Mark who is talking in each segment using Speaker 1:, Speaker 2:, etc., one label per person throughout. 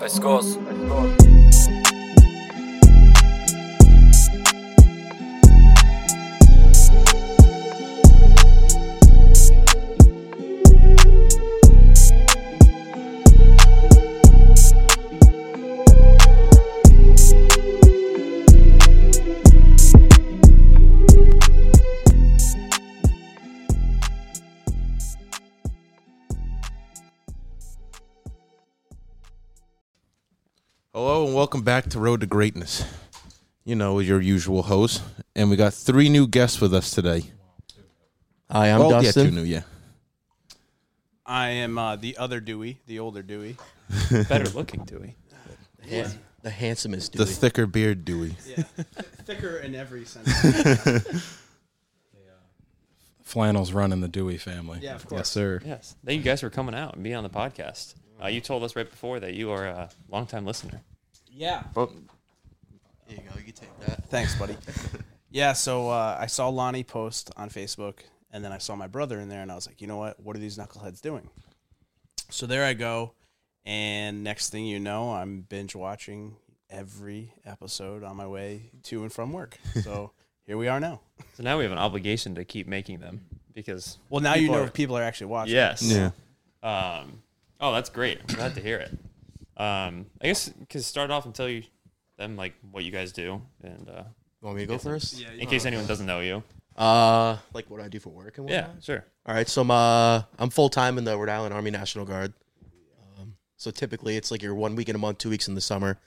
Speaker 1: Let's go.
Speaker 2: Hello and welcome back to Road to Greatness. You know, your usual host, and we got three new guests with us today.
Speaker 3: Hi, I'm
Speaker 2: oh,
Speaker 3: Dustin.
Speaker 2: yeah, two new, yeah.
Speaker 4: I am uh, the other Dewey, the older Dewey.
Speaker 5: Better looking Dewey.
Speaker 3: Yeah. The handsomest
Speaker 2: The
Speaker 3: dude.
Speaker 2: thicker beard Dewey,
Speaker 4: Thicker in every sense.
Speaker 6: flannels running the Dewey family.
Speaker 4: Yeah, of course.
Speaker 6: Yes, sir.
Speaker 5: Yes. Thank you guys for coming out and being on the podcast. Uh, you told us right before that you are a longtime listener.
Speaker 4: yeah.
Speaker 3: There you go. You take that.
Speaker 4: Thanks, buddy. Yeah, so uh, I saw Lonnie post on Facebook, and then I saw my brother in there, and I was like, you know what? What are these knuckleheads doing? So there I go, and next thing you know, I'm binge watching every episode on my way to and from work. So here we are now.
Speaker 5: So now we have an obligation to keep making them because
Speaker 4: Well, now
Speaker 5: People
Speaker 4: you know
Speaker 5: are-
Speaker 4: if people are actually watching.
Speaker 5: yes.
Speaker 2: yeah.
Speaker 5: Um, oh, that's great. I'm glad to hear it. Um, I guess because start off and tell you them like what you guys do, and uh,
Speaker 3: Want me to go first?
Speaker 5: in case anyone doesn't know you.
Speaker 3: Uh, like what I do for work and
Speaker 5: Yeah,
Speaker 3: whatnot.
Speaker 5: sure.
Speaker 3: All right, so I'm, uh, I'm full time in the Rhode Island Army National Guard. Um, so typically it's like your one week in a month, two weeks in the summer.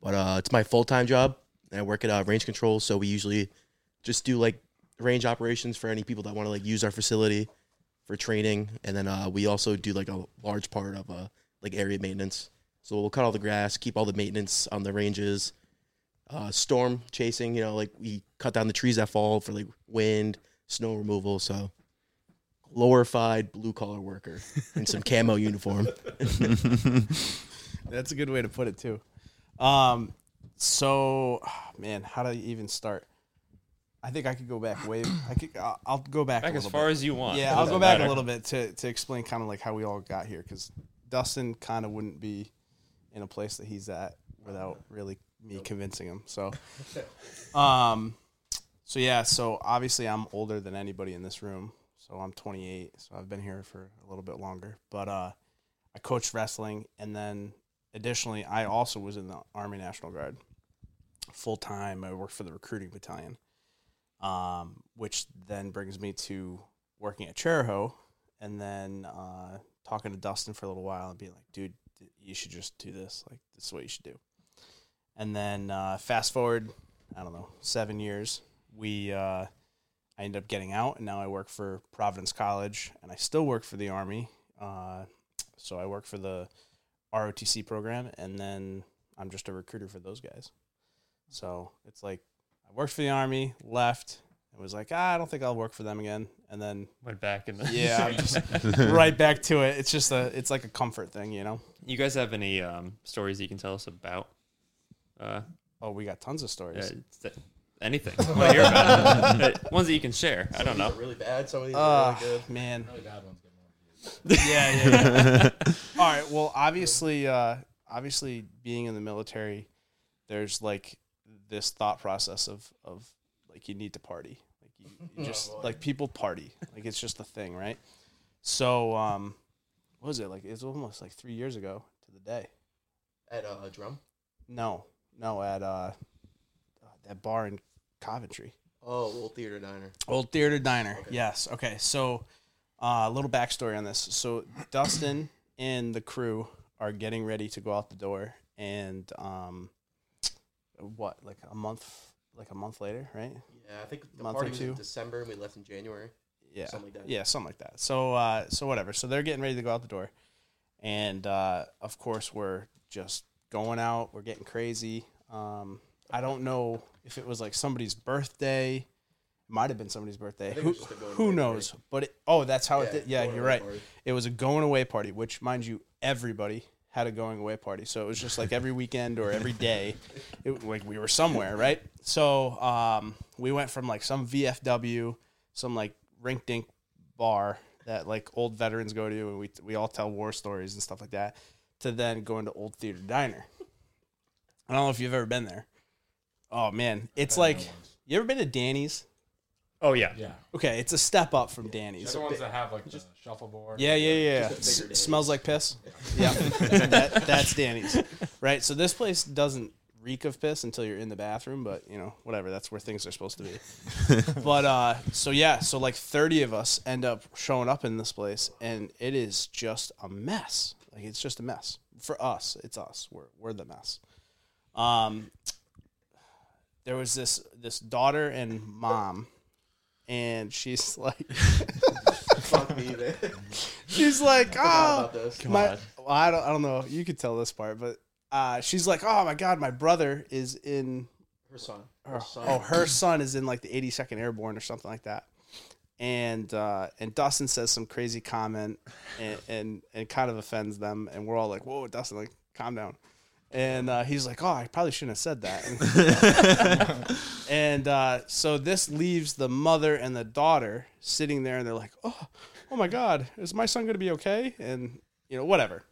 Speaker 3: But uh, it's my full time job, and I work at uh, range control. So we usually just do like range operations for any people that want to like use our facility for training, and then uh, we also do like a large part of uh, like area maintenance. So we'll cut all the grass, keep all the maintenance on the ranges. Uh, storm chasing, you know, like we cut down the trees that fall for like wind, snow removal. So glorified blue collar worker in some camo uniform.
Speaker 4: That's a good way to put it too. Um, so, man, how do you even start? I think I could go back way. I could. I'll, I'll go back,
Speaker 5: Back
Speaker 4: a
Speaker 5: as
Speaker 4: little
Speaker 5: far
Speaker 4: bit.
Speaker 5: as you want.
Speaker 4: yeah, I'll go back a little bit to to explain kind of like how we all got here because Dustin kind of wouldn't be in a place that he's at without really me convincing him. So, um, so yeah, so obviously I'm older than anybody in this room. So I'm 28. So I've been here for a little bit longer, but uh, I coached wrestling, and then additionally, I also was in the Army National Guard full time. I worked for the recruiting battalion, um, which then brings me to working at Cherahoe, and then uh, talking to Dustin for a little while and being like, "Dude, th- you should just do this. Like, this is what you should do." And then uh, fast forward, I don't know, seven years. We uh, I ended up getting out, and now I work for Providence College, and I still work for the Army. Uh, so I work for the ROTC program, and then I'm just a recruiter for those guys. So it's like I worked for the Army, left, and was like, ah, I don't think I'll work for them again. And then
Speaker 5: Went back and
Speaker 4: yeah, I'm just right back to it. It's just a, it's like a comfort thing, you know.
Speaker 5: You guys have any um, stories you can tell us about? Uh,
Speaker 4: Oh, we got tons of
Speaker 5: Uh,
Speaker 4: stories.
Speaker 5: th- anything. Wanna hear about it? Uh, Ones that you can share. I don't know.
Speaker 3: really bad. Some of these
Speaker 4: Ah, man. yeah, yeah, yeah. All right. Well, obviously, uh, obviously, being in the military, there's like this thought process of of like you need to party, like you, you just like people party, like it's just a thing, right? So, um, what was it like? It was almost like three years ago to the day.
Speaker 3: At uh, a drum.
Speaker 4: No, no, at uh, that bar in Coventry.
Speaker 3: Oh, old theater diner.
Speaker 4: Old Theater Diner. Yes. Okay. So, uh, a little backstory on this. So, Dustin and the crew are getting ready to go out the door, and um, what, like a month, like a month later, right?
Speaker 3: Yeah, I think
Speaker 4: Month or two.
Speaker 3: December and we left in January.
Speaker 4: Yeah.
Speaker 3: Something like that.
Speaker 4: Yeah, something like that. So, uh, so whatever. So they're getting ready to go out the door, and uh, of course we're just going out. We're getting crazy. Um, I don't know if it was like somebody's birthday. Might have been somebody's birthday.
Speaker 3: think it
Speaker 4: Who,
Speaker 3: was just a going
Speaker 4: who
Speaker 3: away
Speaker 4: knows? But it, oh, that's how it did. Yeah,
Speaker 3: going
Speaker 4: you're
Speaker 3: away
Speaker 4: right.
Speaker 3: party.
Speaker 4: It was a going away party, which, mind you, everybody had a going away party. So it was just like every weekend or every day, it, like we were somewhere, right? So um, we went from like some VFW, some like rink dink bar that like old veterans go to, and we we all tell war stories and stuff like that, to then going to Old Theater Diner. I don't know if you've ever been there. Oh man, it's like you ever been to Danny's?
Speaker 5: Oh yeah.
Speaker 6: Yeah.
Speaker 4: Okay, it's a step up from Danny's.
Speaker 6: the ones that have like just shuffleboard.
Speaker 4: Yeah, yeah, yeah. S- smells like piss. Yeah, that, that's Danny's, right? So this place doesn't reek of piss until you're in the bathroom, but you know, whatever. That's where things are supposed to be. but uh, so yeah, so like thirty of us end up showing up in this place, and it is just a mess. Like it's just a mess for us. It's us. We're we're the mess. Um, there was this this daughter and mom, and she's like.
Speaker 3: Fuck me, man.
Speaker 4: She's like, oh,
Speaker 3: about this.
Speaker 4: my,
Speaker 5: God.
Speaker 4: well, I don't, I don't know. You could tell this part, but uh, she's like, oh my god, my brother is in.
Speaker 3: Her son.
Speaker 4: Her, oh, her son is in like the 82nd Airborne or something like that. And uh, and Dustin says some crazy comment and, and and kind of offends them, and we're all like, whoa, Dustin, like, calm down. And uh, he's like, oh, I probably shouldn't have said that. And- and uh, so this leaves the mother and the daughter sitting there, and they're like, "Oh, oh my God, is my son going to be okay?" And you know, whatever.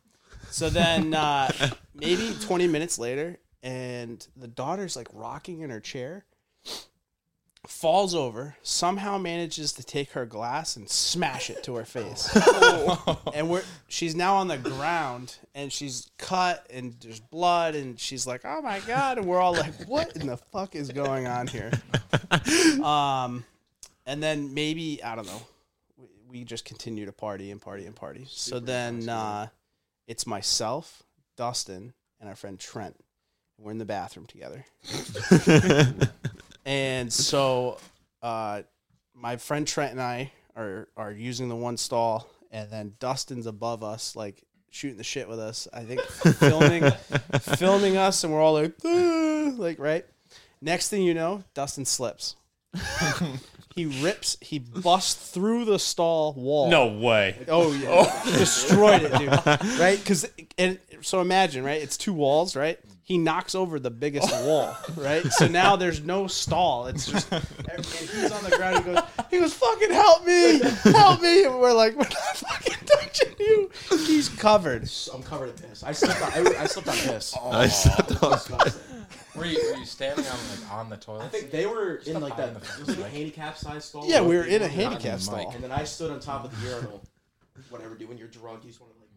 Speaker 4: So then, uh, maybe twenty minutes later, and the daughter's like rocking in her chair, falls over, somehow manages to take her glass and smash it to her face, and we're she's now on the ground, and she's cut, and there's blood, and she's like, "Oh my God!" And we're all like, "What in the fuck is going on here?" Um, and then maybe I don't know. We, we just continue to party and party and party. so then uh, it's myself, Dustin, and our friend Trent. We're in the bathroom together. and so uh, my friend Trent and I are are using the one stall, and then Dustin's above us, like shooting the shit with us. I think filming filming us, and we're all like, "Ah," like right. Next thing you know, Dustin slips. he rips. He busts through the stall wall.
Speaker 5: No way.
Speaker 4: Oh yeah, destroyed it, dude. Right? Because and so imagine, right? It's two walls, right? He knocks over the biggest wall, right? So now there's no stall. It's just and he's on the ground. He goes, he goes, fucking help me, help me, and we're like, we're not fucking touching you. He's covered.
Speaker 3: I'm covered in piss. I slipped on, I, I slipped on piss. Oh,
Speaker 2: I said,
Speaker 6: Were you, were you standing on like on the toilet?
Speaker 3: I think they were in like that
Speaker 6: hiding the-
Speaker 3: it was like a handicap sized stall.
Speaker 4: Yeah, we were in a
Speaker 3: Behind the
Speaker 4: handicap
Speaker 3: mic.
Speaker 4: stall.
Speaker 3: And then I stood on top of the urinal. Whatever, dude. When you're drunk, you just want to like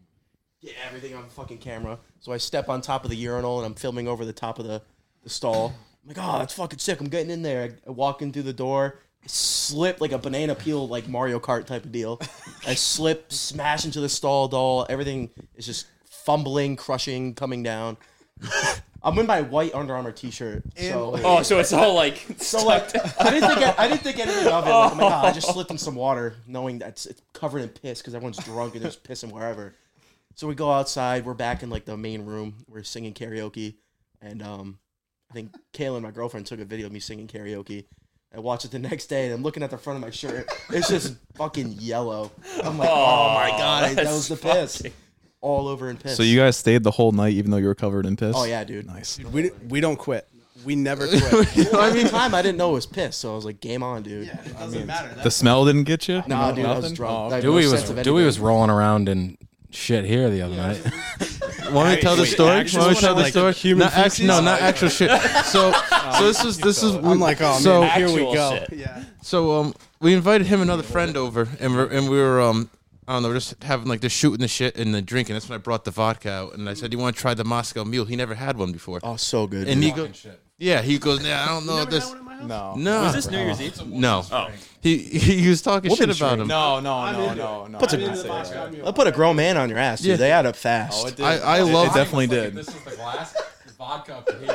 Speaker 3: get everything on fucking camera. So I step on top of the urinal and I'm filming over the top of the, the stall. I'm like, oh, that's fucking sick. I'm getting in there. I, I walk in through the door. I slip like a banana peel, like Mario Kart type of deal. I slip, smash into the stall doll. Everything is just fumbling, crushing, coming down. I'm in my white Under Armour t-shirt, so
Speaker 5: Oh, so it's all like
Speaker 3: so like, I didn't think I didn't think anything of it. Like, I'm like, "Ah, I just slipped in some water, knowing that it's, it's covered in piss because everyone's drunk and there's pissing wherever. So we go outside. We're back in like the main room. We're singing karaoke, and um, I think Kaylin, my girlfriend, took a video of me singing karaoke. I watched it the next day, and I'm looking at the front of my shirt. It's just fucking yellow. I'm like, oh, my god, that was the piss, all over in piss.
Speaker 1: So you guys stayed the whole night, even though you were covered in piss.
Speaker 3: oh yeah, dude.
Speaker 1: nice.
Speaker 4: We we don't quit. We never quit.
Speaker 3: Well, every time I didn't know it was piss, so I was like, game on, dude.
Speaker 4: it doesn't matter.
Speaker 1: The smell didn't get you.
Speaker 3: Nah, dude, I was drunk. I had no
Speaker 6: Dewey was
Speaker 3: sense of
Speaker 6: Dewey
Speaker 3: anything.
Speaker 6: was rolling around in shit here the other night.
Speaker 2: Want me to tell the
Speaker 5: Wait,
Speaker 2: story? Want
Speaker 5: actual
Speaker 2: me to tell
Speaker 5: one,
Speaker 2: the
Speaker 5: like,
Speaker 2: story?
Speaker 1: human
Speaker 2: not act- no,
Speaker 1: feces?
Speaker 2: not actual shit. So, so this is this is.
Speaker 4: I'm like, oh man,
Speaker 2: So-
Speaker 4: here we
Speaker 5: Actual
Speaker 4: go.
Speaker 5: shit.
Speaker 4: Yeah.
Speaker 2: So um, we invited him and another friend over, and we're, and we were um, I don't know, we're just having like the shooting the shit and the drinking. That's when I brought the vodka out, and I said, "You want to try the Moscow Mule?" He never had one before,
Speaker 3: Oh, so good.
Speaker 2: and
Speaker 3: dude.
Speaker 2: he goes, "Yeah." He goes, "Nah, I don't know this."
Speaker 1: No.
Speaker 2: No,
Speaker 5: Was this New Year's Eve?
Speaker 2: no.
Speaker 5: Oh,
Speaker 2: He he was talking shit
Speaker 1: Woman's
Speaker 2: about him.
Speaker 1: No, no, no, no, no. I didn't say that.
Speaker 3: I put a grown man on your ass, dude.
Speaker 2: Yeah.
Speaker 3: They add up fast.
Speaker 1: Oh, it
Speaker 3: Wait,
Speaker 1: did.
Speaker 2: I- I
Speaker 1: It-
Speaker 2: love-
Speaker 1: it definitely
Speaker 2: Mine
Speaker 6: was like,
Speaker 1: did.
Speaker 6: This is the glass vodka up to here.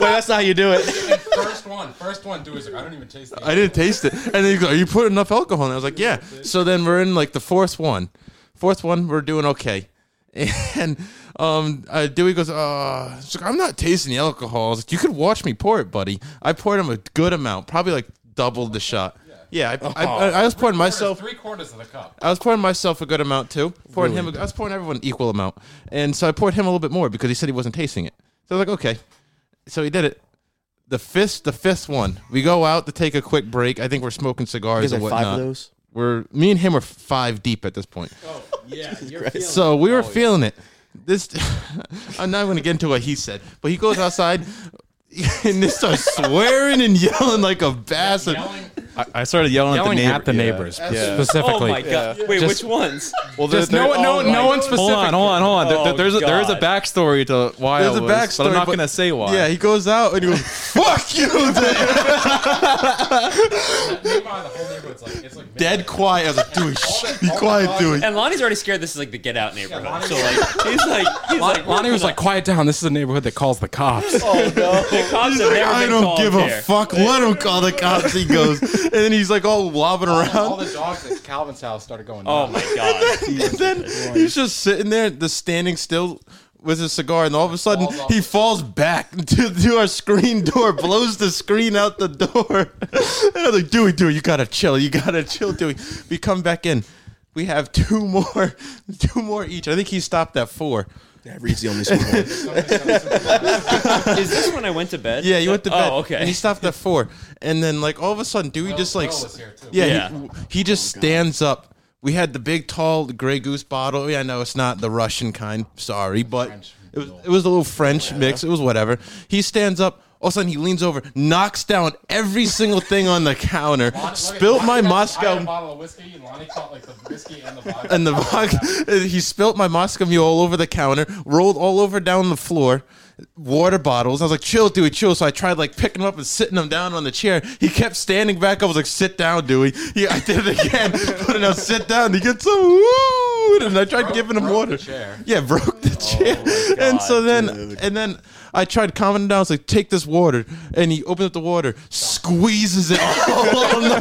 Speaker 3: that's not how you do it.
Speaker 6: And first one, first one. Dewey's like, I don't even taste. the
Speaker 2: I didn't taste it. And then he goes, Are you putting enough alcohol in? it?" I was like, Yeah. So then we're in like the fourth one. Fourth one, we're doing okay. And um, uh, Dewey goes, uh, it's like, I'm not tasting the alcohol. I was like, You could watch me pour it, buddy. I poured him a good amount, probably like doubled the shot. Yeah, I, I, I, I was pouring myself.
Speaker 6: Three quarters of the cup.
Speaker 2: I was pouring myself a good amount too. Pouring him, a, I was pouring everyone an equal amount, and so I poured him a little bit more because he said he wasn't tasting it. So I was like, okay. So he did it. The fifth, the fifth one. We go out to take a quick break. I think we're smoking cigars
Speaker 3: Is
Speaker 2: or
Speaker 3: it
Speaker 2: whatnot.
Speaker 3: five of those?
Speaker 2: We're me and him are five deep at this point.
Speaker 6: Oh, Yeah,
Speaker 2: So we were feeling it. this I'm not going to get into what he said, but he goes outside and just starts swearing and yelling like a bastard.
Speaker 1: I, I started yelling,
Speaker 7: Yelling
Speaker 1: at
Speaker 7: at the
Speaker 1: the neighbor-
Speaker 7: neighbors
Speaker 1: Yeah. Yeah.
Speaker 5: Oh
Speaker 7: specifically.
Speaker 5: my god! Wait,
Speaker 7: Just-
Speaker 5: which ones?
Speaker 1: Well,
Speaker 7: Just
Speaker 1: there-
Speaker 7: no
Speaker 1: there-
Speaker 7: one- no
Speaker 1: oh
Speaker 7: one- no
Speaker 1: my-
Speaker 7: one
Speaker 1: Hold on, hold on, hold on. There-
Speaker 5: Oh,
Speaker 1: there- there's a, there is a
Speaker 5: God.
Speaker 1: backstory to why
Speaker 2: There's
Speaker 1: I
Speaker 2: a
Speaker 1: was, but
Speaker 2: backstory,
Speaker 1: I'm not
Speaker 2: but-
Speaker 1: gonna say why.
Speaker 2: Yeah, he goes out and he goes, "Fuck you!" dude."
Speaker 6: Meanwhile, the whole neighborhood's like, it's like
Speaker 2: Dead quiet. I was like, "Dewey, shh, be quiet, Dewey."
Speaker 5: And Lonnie's already scared. This is like the get out neighborhood.
Speaker 6: Lonnie-
Speaker 5: so like he's like he's like
Speaker 7: Lonnie was like, "Quiet down. This is a neighborhood that calls the cops."
Speaker 6: Oh,
Speaker 5: the cops have never
Speaker 2: I
Speaker 5: been
Speaker 2: don't
Speaker 5: called
Speaker 2: give
Speaker 5: here.
Speaker 2: a fuck. Let him call the cops. He goes, and then he's like all lobbing
Speaker 6: All
Speaker 2: around.
Speaker 6: the dogs at Calvin's house started going.
Speaker 5: Oh
Speaker 6: nuts.
Speaker 5: my god!
Speaker 2: And then he's just sitting there, just standing still with his cigar, and all of a sudden
Speaker 6: Falls off
Speaker 2: he
Speaker 6: the-
Speaker 2: falls back to, to our screen door, blows the screen out the door. and I'm like, Dewey, Dewey, you gotta chill, you gotta chill, Dewey. We come back in. We have two more, two more each. I think he stopped at four.
Speaker 3: That reads the only score.
Speaker 5: Is this when I went to bed?
Speaker 2: Yeah, you went to bed.
Speaker 5: Oh, okay.
Speaker 2: And he stopped at four, and then like all of a sudden, Dewey
Speaker 6: Will-
Speaker 2: just like,
Speaker 6: Will
Speaker 2: s-
Speaker 6: Oh, was here, too. Oh,
Speaker 2: yeah,
Speaker 5: Yeah.
Speaker 2: He, he just stands up. We had the big, tall Grey Goose bottle. Yeah, no, it's not the Russian kind. Sorry, but
Speaker 6: French.
Speaker 2: it was it was a little French mix. It was whatever. He stands up. All of a sudden, he leans over, knocks down every single thing on the counter,
Speaker 6: Lonnie-
Speaker 2: spilt
Speaker 6: Lonnie got- I
Speaker 2: my
Speaker 6: had a
Speaker 2: Moscow
Speaker 6: bottle of whiskey, and Lonnie caught like the whiskey and the vodka.
Speaker 2: and the vodka. He spilt my Moscow Mule all over the counter, rolled all over down the floor, water bottles. I was like, chill, Dewey, chill. So I tried like picking him up and sitting him down on the chair. He kept standing back. up. I was like, sit down, Dewey. Yeah, I did it again. Put it out, sit down. He gets up, woo, and I tried giving him
Speaker 6: broke
Speaker 2: water.
Speaker 6: the chair. Oh
Speaker 2: Yeah, broke the chair.
Speaker 5: my
Speaker 2: and so
Speaker 5: God,
Speaker 2: then, and then. I tried calming him down. I was like, "Take this water," and he opened up the water, squeezes it all on the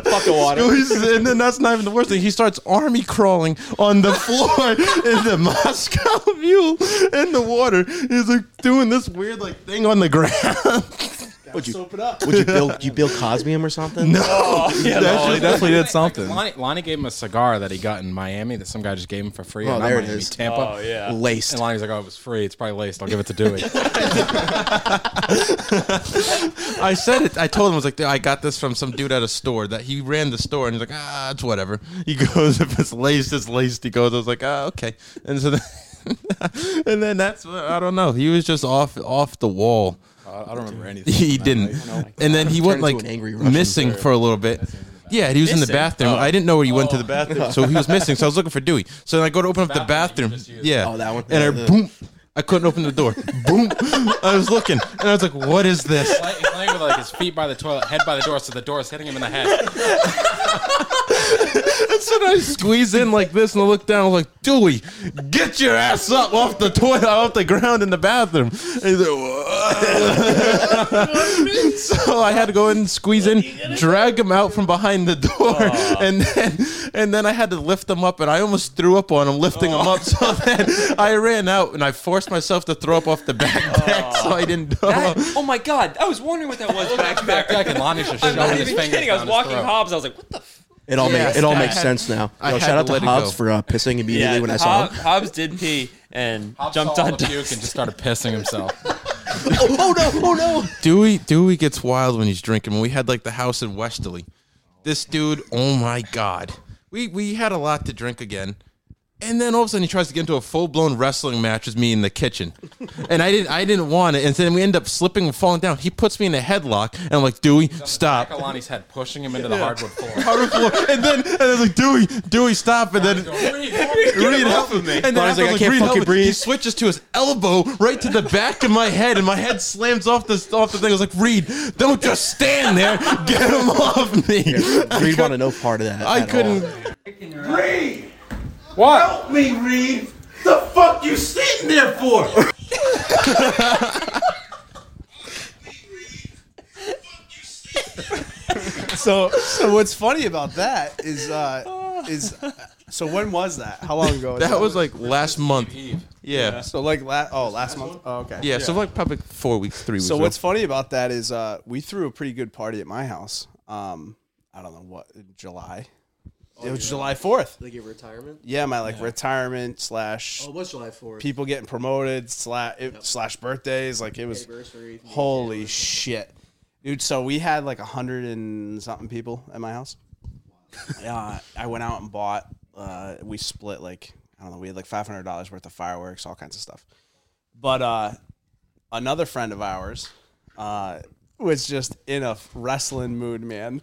Speaker 4: Fuck the water.
Speaker 2: Squeezes it, and then that's not even the worst thing. He starts army crawling on the floor in the Moscow Mule in the water. He's like doing this weird like thing on the ground.
Speaker 4: Would you soap it up?
Speaker 3: Would you build? You build Cosmium or something?
Speaker 2: No,
Speaker 5: yeah,
Speaker 2: That's
Speaker 1: Oh, he
Speaker 2: just-
Speaker 1: definitely did something.
Speaker 7: Lonnie, Lonnie gave him a cigar that he got in Miami that some guy just gave him for free.
Speaker 3: Oh,
Speaker 7: and not
Speaker 3: there it
Speaker 7: Miami,
Speaker 3: is.
Speaker 7: Tampa.
Speaker 5: Oh yeah.
Speaker 3: Laced.
Speaker 7: And Lonnie's like, "Oh, it was free. It's probably laced. I'll give it to Dewey."
Speaker 2: I said it. I told him I was like, I got this from some dude at a store that he ran the store, and he's like, ah, it's whatever. He goes, if it's laced, it's laced. He goes, I was like, ah, okay. And so, then, and then that's what- I don't know. He was just off off the wall.
Speaker 1: I don't remember anything.
Speaker 2: He didn't. And then he went
Speaker 3: into
Speaker 2: like
Speaker 3: an angry Russian
Speaker 2: missing for a little bit. Yeah, he was in the
Speaker 5: Missing?
Speaker 2: bathroom. I didn't know where he went
Speaker 1: Oh.
Speaker 2: to the bathroom, so he was missing. So I was looking for Dewey. So then I go to open up the
Speaker 6: Bathroom
Speaker 2: bathroom.
Speaker 6: that you just used.
Speaker 2: Yeah.
Speaker 3: Oh, that one.
Speaker 2: And I
Speaker 3: Yeah, the-
Speaker 2: boom. I couldn't open the door. boom. I was looking, and I was like, "What is this?"
Speaker 6: Like, he's laying with like his feet by the toilet, head by the door, so the door is hitting him in the head.
Speaker 2: So then I squeeze in like this, and I look down. I was like, "Dewey, get your ass up off the toilet, off the ground in the bathroom." And he's like, "Whoa." so I had to go in and squeeze in, drag him out from behind the door, and then and then I had to lift him up, and I almost threw up on him lifting him up. So then I ran out, and I forced myself to throw up off the backpack, so I didn't. throw
Speaker 5: That-
Speaker 2: up.
Speaker 5: oh my god! I was wondering what that was back
Speaker 6: Back
Speaker 5: there.
Speaker 6: deck, and Lonnie's just
Speaker 5: I'm
Speaker 6: shoving
Speaker 5: not
Speaker 6: his
Speaker 5: even
Speaker 6: fingers
Speaker 5: kidding. I was
Speaker 6: down his
Speaker 5: walking
Speaker 6: throat.
Speaker 5: Hobbs. I was like, what the? F-?
Speaker 3: It all
Speaker 2: Yes,
Speaker 3: makes it all
Speaker 2: I
Speaker 3: makes
Speaker 2: had-
Speaker 3: sense now.
Speaker 2: I
Speaker 3: Yo,
Speaker 2: had
Speaker 3: shout
Speaker 2: to
Speaker 3: out to
Speaker 2: let it
Speaker 3: Hobbs
Speaker 2: go.
Speaker 3: for uh, pissing immediately when I saw
Speaker 5: Hob-
Speaker 3: him.
Speaker 5: Hobbs did pee and
Speaker 6: Hobbs
Speaker 5: jumped
Speaker 6: saw all
Speaker 5: on
Speaker 6: the
Speaker 5: top.
Speaker 6: puke and just started pissing himself.
Speaker 3: Oh, oh no! Oh no!
Speaker 2: Dewey Dewey gets wild when he's drinking. When we had like the house in Westerly, this dude, oh my god, we we had a lot to drink again. And then all of a sudden he tries to get into a full blown wrestling match with me in the kitchen, and I didn't I didn't want it. And then we end up slipping and falling down. He puts me in a headlock, and I'm like Dewey, stop.
Speaker 6: Back of Lonnie's head, pushing him into the hardwood floor.
Speaker 2: On the floor. And then and I was like Dewey, Dewey, stop. And then Reed help me. And then
Speaker 3: Brian's
Speaker 2: after, I
Speaker 3: like, "I
Speaker 2: was
Speaker 3: can't
Speaker 2: "Reed,
Speaker 3: fucking
Speaker 2: help me." He
Speaker 3: breathe.
Speaker 2: switches to his elbow right to the back of my head, and my head slams off the off the thing. I was like, Reed, don't just stand there. Get him off me.
Speaker 3: Reed wanted no part of that.
Speaker 2: I
Speaker 3: at all.
Speaker 2: couldn't.
Speaker 8: Reed!
Speaker 6: What?
Speaker 8: Help me, Reed! The fuck you sitting there for?
Speaker 4: So, so what's funny about that is, uh, is so when was that? How long ago? was
Speaker 2: That was like last month. Yeah. Yeah.
Speaker 4: so like last oh last month. Oh, okay.
Speaker 2: So like probably four weeks, three weeks.
Speaker 4: So
Speaker 2: ago.
Speaker 4: what's funny about that is uh, we threw a pretty good party at my house. Um, I don't know what in July. it was July Fourth.
Speaker 3: Like your retirement?
Speaker 4: Oh, Yeah, Oh, my like retirement slash
Speaker 3: was July 4th.
Speaker 4: people getting promoted slash it, slash birthdays. Like it was
Speaker 3: Anniversary.
Speaker 4: holy shit, dude. So we had like a hundred and something people at my house. Yeah, I went out and bought. Uh, we split like I I don't know, we had like five hundred dollars worth of fireworks, all kinds of stuff. But uh, another friend of ours uh, was just in a wrestling mood, man.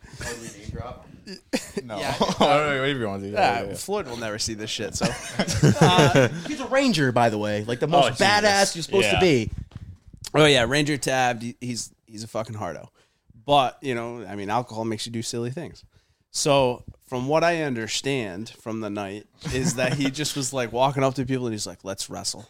Speaker 1: No. Whatever you want to do.
Speaker 4: Yeah, Uh, Floyd will never see this shit. So
Speaker 3: He's a ranger, by the way.
Speaker 2: Oh,
Speaker 3: Like the most
Speaker 5: Jesus.
Speaker 3: badass you're supposed
Speaker 5: Yeah.
Speaker 3: to be.
Speaker 4: Oh yeah, Ranger tabbed. he- He's he's a fucking hardo. But you know, I mean, alcohol makes you do silly things. So from what I understand from the night is that he just was like walking up to people and he's like, "Let's wrestle."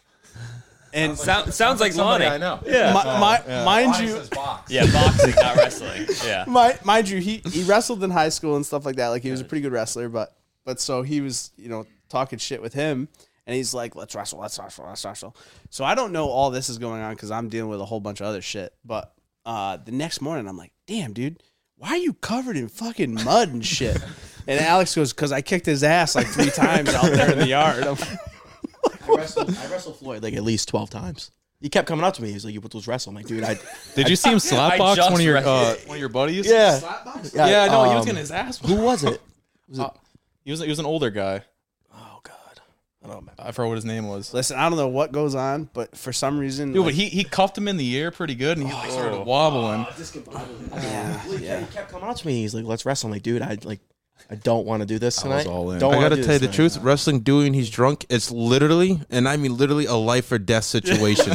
Speaker 4: And
Speaker 5: Sound, sounds
Speaker 4: Oh
Speaker 5: like
Speaker 6: Somebody
Speaker 5: Lonnie.
Speaker 6: I know.
Speaker 5: Yeah.
Speaker 4: mi- mi- mind
Speaker 6: Lonnie
Speaker 4: you,
Speaker 6: says box.
Speaker 5: Yeah, boxing, not wrestling. Yeah.
Speaker 4: mi- mind you, he he wrestled in high school and stuff like that. Like he was a pretty good wrestler, but but so he was you know talking shit with him. And he's like, let's wrestle, let's wrestle, let's wrestle. So I don't know all this is going on because I'm dealing with a whole bunch of other shit. But uh, the next morning, I'm like, damn, dude, why are you covered in fucking mud and shit? and Alex goes, because I kicked his ass like three times out there in the yard. I'm like,
Speaker 3: I wrestled, I wrestled Floyd like at least 12 times. He kept coming up to me. He was like, You put those wrestle. I'm like, Dude, I.
Speaker 1: Did you see him
Speaker 5: I
Speaker 1: slapbox
Speaker 5: just
Speaker 1: one of your
Speaker 5: read
Speaker 1: uh, one of your buddies?
Speaker 3: Yeah.
Speaker 1: Yeah, no, he was
Speaker 3: um,
Speaker 1: getting his ass.
Speaker 3: Who was it?
Speaker 1: He was he was an older guy.
Speaker 3: Oh, God. I don't remember.
Speaker 1: I forgot what his name was.
Speaker 4: Listen, I don't know what goes on, but for some reason,
Speaker 1: Dude, but
Speaker 4: like-
Speaker 1: he, he cuffed him in the ear pretty good,
Speaker 4: Oh,
Speaker 1: and he like started wobbling.
Speaker 3: Yeah. He kept coming up to me. He's like, Let's wrestle. I'm like, Dude, I like. I don't want to do this tonight.
Speaker 7: all in.
Speaker 3: Don't
Speaker 2: I
Speaker 3: wanna
Speaker 2: gotta
Speaker 3: do
Speaker 2: tell you
Speaker 3: this
Speaker 2: the
Speaker 3: tonight."
Speaker 2: truth. Wrestling, doing he's drunk. It's literally, and I mean literally, a life or death situation.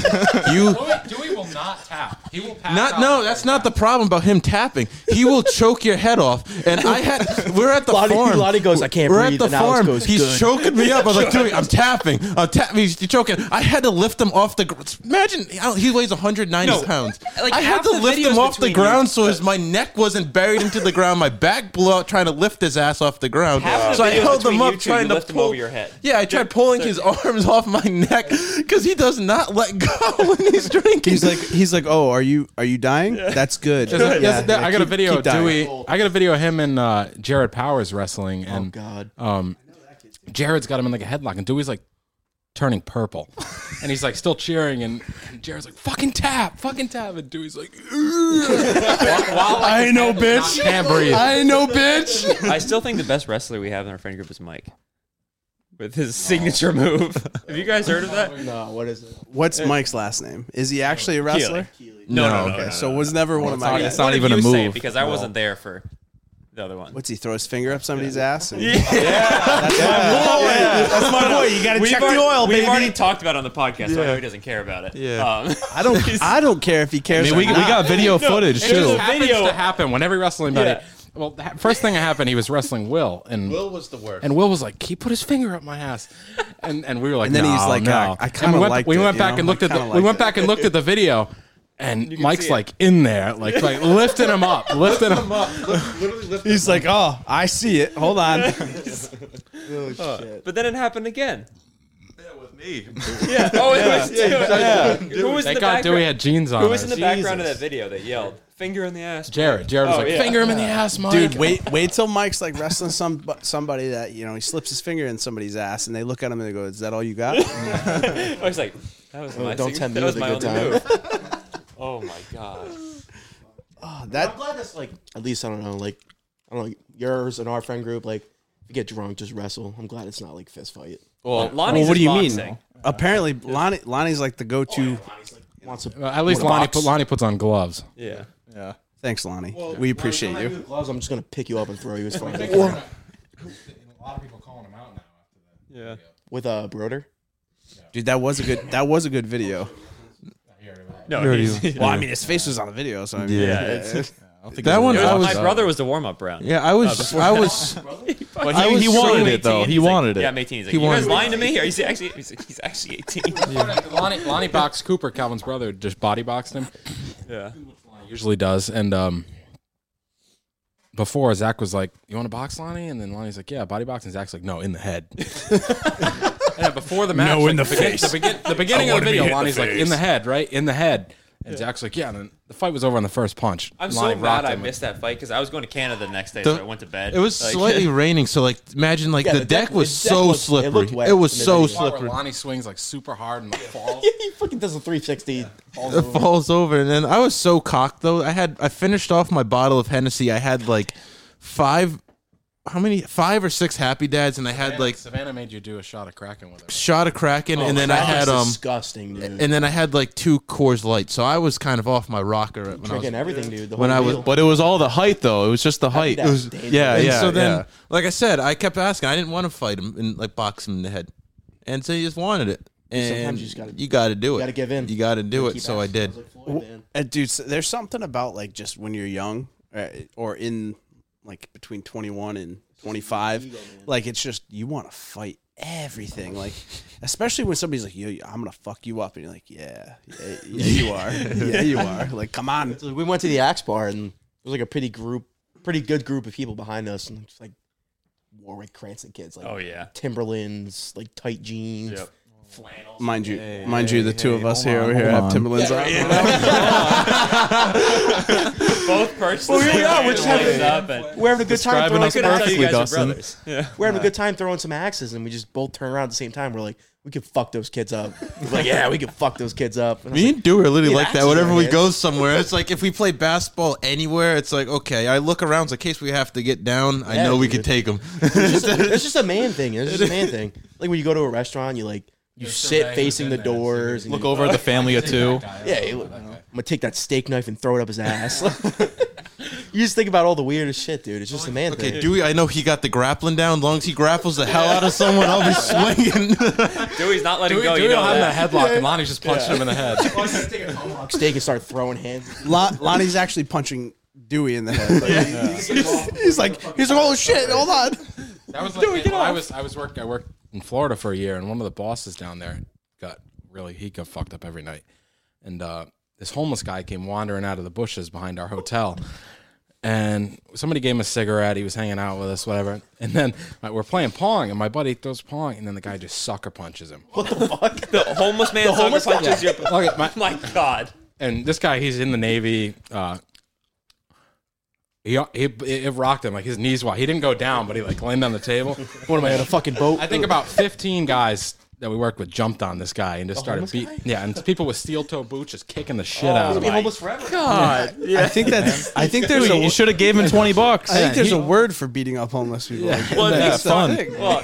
Speaker 2: you
Speaker 6: Dewey, Dewey will not tap. He will pass
Speaker 2: not
Speaker 6: out
Speaker 2: no.
Speaker 6: if
Speaker 2: That's
Speaker 6: he
Speaker 2: not the
Speaker 6: taps.
Speaker 2: problem about him tapping. He will choke your head off. And I had we're at the
Speaker 3: Lottie-
Speaker 2: farm.
Speaker 3: Lottie goes, "I can't
Speaker 2: We're
Speaker 3: breathe,"
Speaker 2: at
Speaker 3: and
Speaker 2: the
Speaker 3: Alex
Speaker 2: farm.
Speaker 3: goes,
Speaker 2: he's
Speaker 3: "Good."
Speaker 2: choking me up. I was like, Dewey, I'm tapping. I'm tapping. He's choking. I had to lift him off the. gr- Imagine I don't- he weighs 190 pounds.
Speaker 5: Like,
Speaker 2: I had
Speaker 5: half
Speaker 2: to
Speaker 5: the
Speaker 2: lift him
Speaker 5: videos
Speaker 2: off the
Speaker 5: between you-
Speaker 2: ground so his, my neck wasn't buried into the ground. My back blew out trying to lift his ass off the ground.
Speaker 5: Half the
Speaker 2: so I
Speaker 5: videos
Speaker 2: held
Speaker 5: between
Speaker 2: him
Speaker 5: you
Speaker 2: up
Speaker 5: two,
Speaker 2: trying
Speaker 5: you
Speaker 2: to
Speaker 5: lift him
Speaker 2: pull
Speaker 5: over your head.
Speaker 2: Yeah, I tried pulling his arms off my neck because he does not let go when he's drinking.
Speaker 4: He's like, he's like, oh, are you are you dying? That's good.
Speaker 7: There's a- there's a-
Speaker 4: Yeah,
Speaker 7: I got a
Speaker 4: keep-
Speaker 7: video
Speaker 4: keep
Speaker 7: of
Speaker 4: dying.
Speaker 7: Dewey. I got a video of him and uh, Jared Powers wrestling,
Speaker 3: Oh,
Speaker 7: and
Speaker 3: God.
Speaker 7: um, Jared's got him in like a headlock, and Dewey's like turning purple, and he's like still cheering, and, and Jared's like fucking tap, fucking tap, and Dewey's like,
Speaker 2: I know, bitch.
Speaker 7: can't breathe.
Speaker 2: I know, bitch.
Speaker 5: I still think the best wrestler we have in our friend group is Mike. With his signature move. Have you guys heard of that?
Speaker 3: No, what is it?
Speaker 4: What's Mike's last name? Is he actually a wrestler?
Speaker 5: No, no, no.
Speaker 4: Okay, so was never one of my guys.
Speaker 1: It's not
Speaker 5: What did
Speaker 1: even a
Speaker 5: you say?
Speaker 1: move.
Speaker 5: Because I wasn't there for the other one.
Speaker 4: What's he throw his finger up somebody's ass? And, yeah. that's my boy. Oh, That's my boy. You gotta
Speaker 5: We've
Speaker 4: check
Speaker 5: already-
Speaker 4: the oil,
Speaker 5: We've
Speaker 4: baby.
Speaker 5: already talked about it on the podcast, so I know he doesn't care about it.
Speaker 2: Yeah.
Speaker 5: Um,
Speaker 4: I don't. I don't care if he
Speaker 1: I
Speaker 4: cares.
Speaker 1: mean, we,
Speaker 4: or
Speaker 1: we
Speaker 4: not.
Speaker 1: got video footage
Speaker 7: It just
Speaker 1: too.
Speaker 7: happens
Speaker 5: Video.
Speaker 7: to happen when every wrestling buddy.
Speaker 5: Yeah.
Speaker 7: Well, the ha- first thing that happened, he was wrestling Will, and Will was the worst. And Will was like, he put his finger up my ass, and and we were like,
Speaker 4: And then
Speaker 7: no,
Speaker 4: he's like, uh,
Speaker 7: no.
Speaker 4: I- I
Speaker 7: And
Speaker 4: kinda
Speaker 7: we went,
Speaker 4: liked
Speaker 7: we
Speaker 4: it,
Speaker 7: went
Speaker 4: you
Speaker 7: back
Speaker 4: know?
Speaker 7: and looked
Speaker 4: I
Speaker 7: at the,
Speaker 4: kinda
Speaker 7: we
Speaker 4: liked
Speaker 7: went
Speaker 4: it.
Speaker 7: back and looked at the video, and Mike's like in there, like like lifting him up, lifting him up.
Speaker 4: He's like, oh, I see it. Hold on. Oh,
Speaker 5: but then it happened again.
Speaker 1: With me.
Speaker 5: Yeah. Oh, it was too. Who was
Speaker 7: Thank
Speaker 5: in
Speaker 7: God
Speaker 5: the background?
Speaker 7: Dewey had jeans on.
Speaker 5: Who was in the
Speaker 7: Jesus.
Speaker 5: background of that video that yelled "finger in the ass"?
Speaker 7: Jared. Jared was
Speaker 5: Oh,
Speaker 7: like,
Speaker 5: yeah.
Speaker 7: finger him in the ass, Mike.
Speaker 4: Dude, wait, wait till Mike's like wrestling some somebody that you know he slips his finger in somebody's ass, and they look at him and they go, "Is that all you got?"
Speaker 5: I was like, "That was my
Speaker 3: Oh, don't
Speaker 5: sig-
Speaker 3: tempt me
Speaker 5: that was
Speaker 3: with
Speaker 5: my
Speaker 3: a good
Speaker 5: only move." oh my god!
Speaker 4: Oh,
Speaker 3: I'm
Speaker 4: that
Speaker 3: glad that's like Uh, at least I don't know, like I don't know, yours and our friend group, like if you get drunk, just wrestle. I'm glad it's not like fist fight.
Speaker 5: Well, Lonnie's
Speaker 4: well, what do you
Speaker 5: boxing.
Speaker 4: mean? Apparently, Lonnie, Lonnie's like the go-to.
Speaker 3: Wants to
Speaker 4: Oh.
Speaker 7: Uh, at least Lonnie, put, Lonnie puts on gloves.
Speaker 5: Yeah.
Speaker 1: Yeah.
Speaker 4: Thanks, Lonnie. we appreciate you.
Speaker 3: gloves, I'm just gonna pick you up and throw you as far as I
Speaker 6: We're
Speaker 3: can.
Speaker 6: not- A lot of people calling him out now.
Speaker 5: Yeah.
Speaker 3: With a uh, Broder.
Speaker 4: Dude, that was a good. That was a good video.
Speaker 5: No, he's,
Speaker 4: Well, I mean, his face was on the video, so I mean,
Speaker 5: yeah. it's-
Speaker 2: That one,
Speaker 5: it
Speaker 2: I
Speaker 5: was-
Speaker 2: was.
Speaker 5: my brother was the warm-up round.
Speaker 2: Yeah, I was. I was.
Speaker 5: But
Speaker 2: I was so 18.
Speaker 5: He's like-
Speaker 1: wanted
Speaker 5: Yeah, I'm 18. He's like,
Speaker 2: He
Speaker 5: you
Speaker 2: wanted
Speaker 5: guys
Speaker 2: it.
Speaker 5: lying to me? Are you actually? He's, like, he's actually 18.
Speaker 7: Lonnie, Lonnie boxed Cooper, Calvin's brother, just body boxed him.
Speaker 5: yeah.
Speaker 7: usually does. And um, before Zach was like, "You want to box Lonnie?" And then Lonnie's like, "Yeah, body box." And Zach's like, "No, in the head." and before the match,
Speaker 4: No, in
Speaker 7: like,
Speaker 4: the
Speaker 7: begin-
Speaker 4: face.
Speaker 7: the, begin- the beginning of the video, Lonnie's like, "In the head, right? In the head." And Zach's like, "Yeah." And then the fight was over on the first punch.
Speaker 5: I'm
Speaker 7: Lonnie
Speaker 5: so
Speaker 7: rocked
Speaker 5: glad I
Speaker 7: him.
Speaker 5: missed that fight because I was going to Canada the next day,
Speaker 2: The-
Speaker 5: so I went to bed.
Speaker 2: It was
Speaker 5: Like-
Speaker 2: slightly raining, so like imagine like
Speaker 3: Yeah,
Speaker 2: the,
Speaker 3: the
Speaker 2: deck,
Speaker 3: deck-
Speaker 2: was
Speaker 3: the deck
Speaker 2: so
Speaker 3: was- it
Speaker 2: slippery.
Speaker 3: looked
Speaker 2: It,
Speaker 3: wet
Speaker 2: was
Speaker 3: in the
Speaker 2: so
Speaker 3: video.
Speaker 7: Part where
Speaker 2: slippery.
Speaker 7: Lonnie swings like super hard and like falls.
Speaker 3: He fucking does a 360. Falls
Speaker 2: It
Speaker 3: over.
Speaker 2: falls over, and then I was so cocked though. I had I finished off my bottle of Hennessy. I had like five how many five or six happy dads, and I had like
Speaker 7: Savannah made you do a shot of Kraken with it.
Speaker 2: shot of Kraken, and then I had um,
Speaker 3: Oh, disgusting, dude.
Speaker 2: and then I had like two Coors Light. So I was kind of off my rocker when I was
Speaker 3: Drinking everything, dude. The
Speaker 9: when
Speaker 3: whole
Speaker 9: I was,
Speaker 3: deal.
Speaker 9: but it was all the height though. It was just the height.
Speaker 3: that
Speaker 9: It was-
Speaker 3: was dangerous.
Speaker 9: yeah,
Speaker 2: And
Speaker 9: yeah.
Speaker 2: so then,
Speaker 9: yeah.
Speaker 2: like I said, I kept asking. I didn't want to fight him and like box him in the head, and so he just wanted it. And
Speaker 3: sometimes you just gotta-
Speaker 2: you got to do it.
Speaker 3: gotta give in.
Speaker 2: You got to do it.
Speaker 3: Keep
Speaker 2: So I
Speaker 3: asking.
Speaker 2: did.
Speaker 3: was like, Floyd, man.
Speaker 4: Uh, dude, so there's something about like just when you're young uh, or in like between 21 and 25, like it's just you want to fight everything. Like, especially when somebody's like, "Yo, I'm gonna fuck you up," and you're like, "Yeah, yeah, yeah you are, yeah, you are." Like, come on.
Speaker 3: So we went to the Axe Bar, and there was like a pretty group, pretty good group of people behind us, and just like Warwick Cranston kids, like
Speaker 5: Oh yeah.
Speaker 3: Timberlands, like tight jeans.
Speaker 5: Yep.
Speaker 4: Mind you, mind you, the two of us here over here
Speaker 9: hold
Speaker 4: have Timberlands on.
Speaker 5: Both purchases.
Speaker 3: Well, here we are,
Speaker 5: We're
Speaker 3: we're just having-
Speaker 5: up and
Speaker 3: We're having a good time
Speaker 9: Describing
Speaker 3: throwing
Speaker 9: us
Speaker 3: some
Speaker 9: perfectly,
Speaker 3: axes.
Speaker 9: Dustin.
Speaker 5: yeah.
Speaker 3: We're having a good time throwing some axes, and we just both turn around at the same time. We're like, we could fuck those kids up. We're like, yeah, we could fuck those kids up. And I was
Speaker 2: Me
Speaker 3: like,
Speaker 2: and Dewey are literally
Speaker 3: Yeah,
Speaker 2: like that.
Speaker 3: axes
Speaker 2: Whenever
Speaker 3: are
Speaker 2: we
Speaker 3: good.
Speaker 2: go somewhere, it's like if we play basketball anywhere, it's like okay. I look around it's in case we have to get down. I
Speaker 3: Yeah,
Speaker 2: know we
Speaker 3: dude.
Speaker 2: could take them.
Speaker 3: it's, just, it's just a man thing. It's just a man thing. Like when you go to a restaurant, you like you sit
Speaker 6: survey
Speaker 3: facing the
Speaker 6: within that, see
Speaker 3: doors. and
Speaker 9: Look
Speaker 3: you-
Speaker 9: over at the family of two.
Speaker 3: Yeah, you look- I'm gonna take that steak knife and throw it up his ass. you just think about all the weirdest shit, dude. It's just a man
Speaker 2: Okay,
Speaker 3: thing.
Speaker 2: Dewey. I know he got the grappling down. As long as he grapples the hell out of someone, I'll be swinging.
Speaker 5: Dewey's not letting
Speaker 7: Dewey,
Speaker 5: go. you
Speaker 7: Dewey
Speaker 5: know
Speaker 7: will have
Speaker 5: that.
Speaker 7: him in a headlock, and Lonnie's just punching him in the head.
Speaker 3: Steak and start throwing hands.
Speaker 4: Lon- Lonnie's actually punching Dewey in the head. Like, he's, he's like, he's like, "Oh shit, hold on."
Speaker 7: That was like when I was I was working I worked in Florida for a year, and one of the bosses down there got really he got fucked up every night, and uh, this homeless guy came wandering out of the bushes behind our hotel. And somebody gave him a cigarette. He was hanging out with us, whatever. And then like, we're playing pong, and my buddy throws pong, and then the guy just sucker punches him.
Speaker 5: The homeless man
Speaker 3: homeless
Speaker 5: homeless punches your. Oh
Speaker 7: Look at my,
Speaker 5: My God.
Speaker 7: and this guy, he's in the Navy. Uh, he, he it rocked him like his knees wide. He didn't go down, but he like landed on the table. One of my
Speaker 3: On a fucking boat.
Speaker 7: I think about 15 guys that we worked with jumped on this guy and just started beating. Yeah, and people with steel toe boots just kicking the
Speaker 5: Oh.
Speaker 7: shit out of him.
Speaker 3: uh,
Speaker 4: I think that's. I think there's
Speaker 9: You
Speaker 4: a.
Speaker 9: should have gave him twenty bucks.
Speaker 4: I think there's a word for beating up homeless people. Like,
Speaker 5: Well, if
Speaker 9: That's
Speaker 5: he,
Speaker 9: fun.
Speaker 5: well,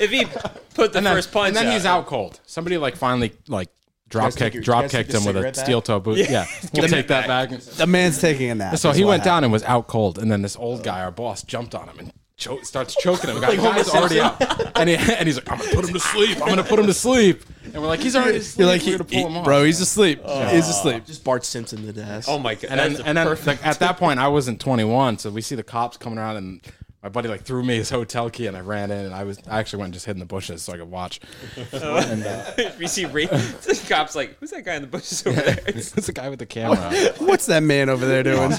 Speaker 5: if he put the
Speaker 7: And then,
Speaker 5: first punch,
Speaker 7: and then
Speaker 5: out,
Speaker 7: he's out cold. Somebody like finally like drop
Speaker 3: take
Speaker 7: kicked
Speaker 3: your- you
Speaker 7: drop
Speaker 3: guys take
Speaker 7: kicked
Speaker 3: the
Speaker 7: him with a
Speaker 3: cigarette back?
Speaker 7: steel toe boot. Yeah, we'll take that back.
Speaker 4: the man's taking a nap.
Speaker 7: So
Speaker 4: is
Speaker 7: he
Speaker 4: what
Speaker 7: went
Speaker 4: happened.
Speaker 7: down and was out cold, and then this old guy, our boss, jumped on him and cho- starts choking him. The guy- guy's already out, and, he, and he's like, "I'm gonna put him to sleep. I'm gonna put him to sleep." And we're like, "He's already asleep.
Speaker 4: You're like,
Speaker 7: we're gonna pull
Speaker 4: he-
Speaker 7: him off.
Speaker 4: bro, he's asleep.
Speaker 3: Oh.
Speaker 4: he's asleep.
Speaker 3: Just Bart Simpson to death.
Speaker 5: Oh my God.
Speaker 7: and then,
Speaker 5: that's a
Speaker 7: and then
Speaker 5: perfect-
Speaker 7: like, at that point, I wasn't 21, so we see the cops coming around, and my buddy like threw me his hotel key, and I ran in, and I was I actually went and just hid in the bushes so I could watch.
Speaker 5: we see Ray, the cops like, who's that guy in the bushes over there? It's-
Speaker 7: It's the guy with the camera.
Speaker 4: What's that man over there doing?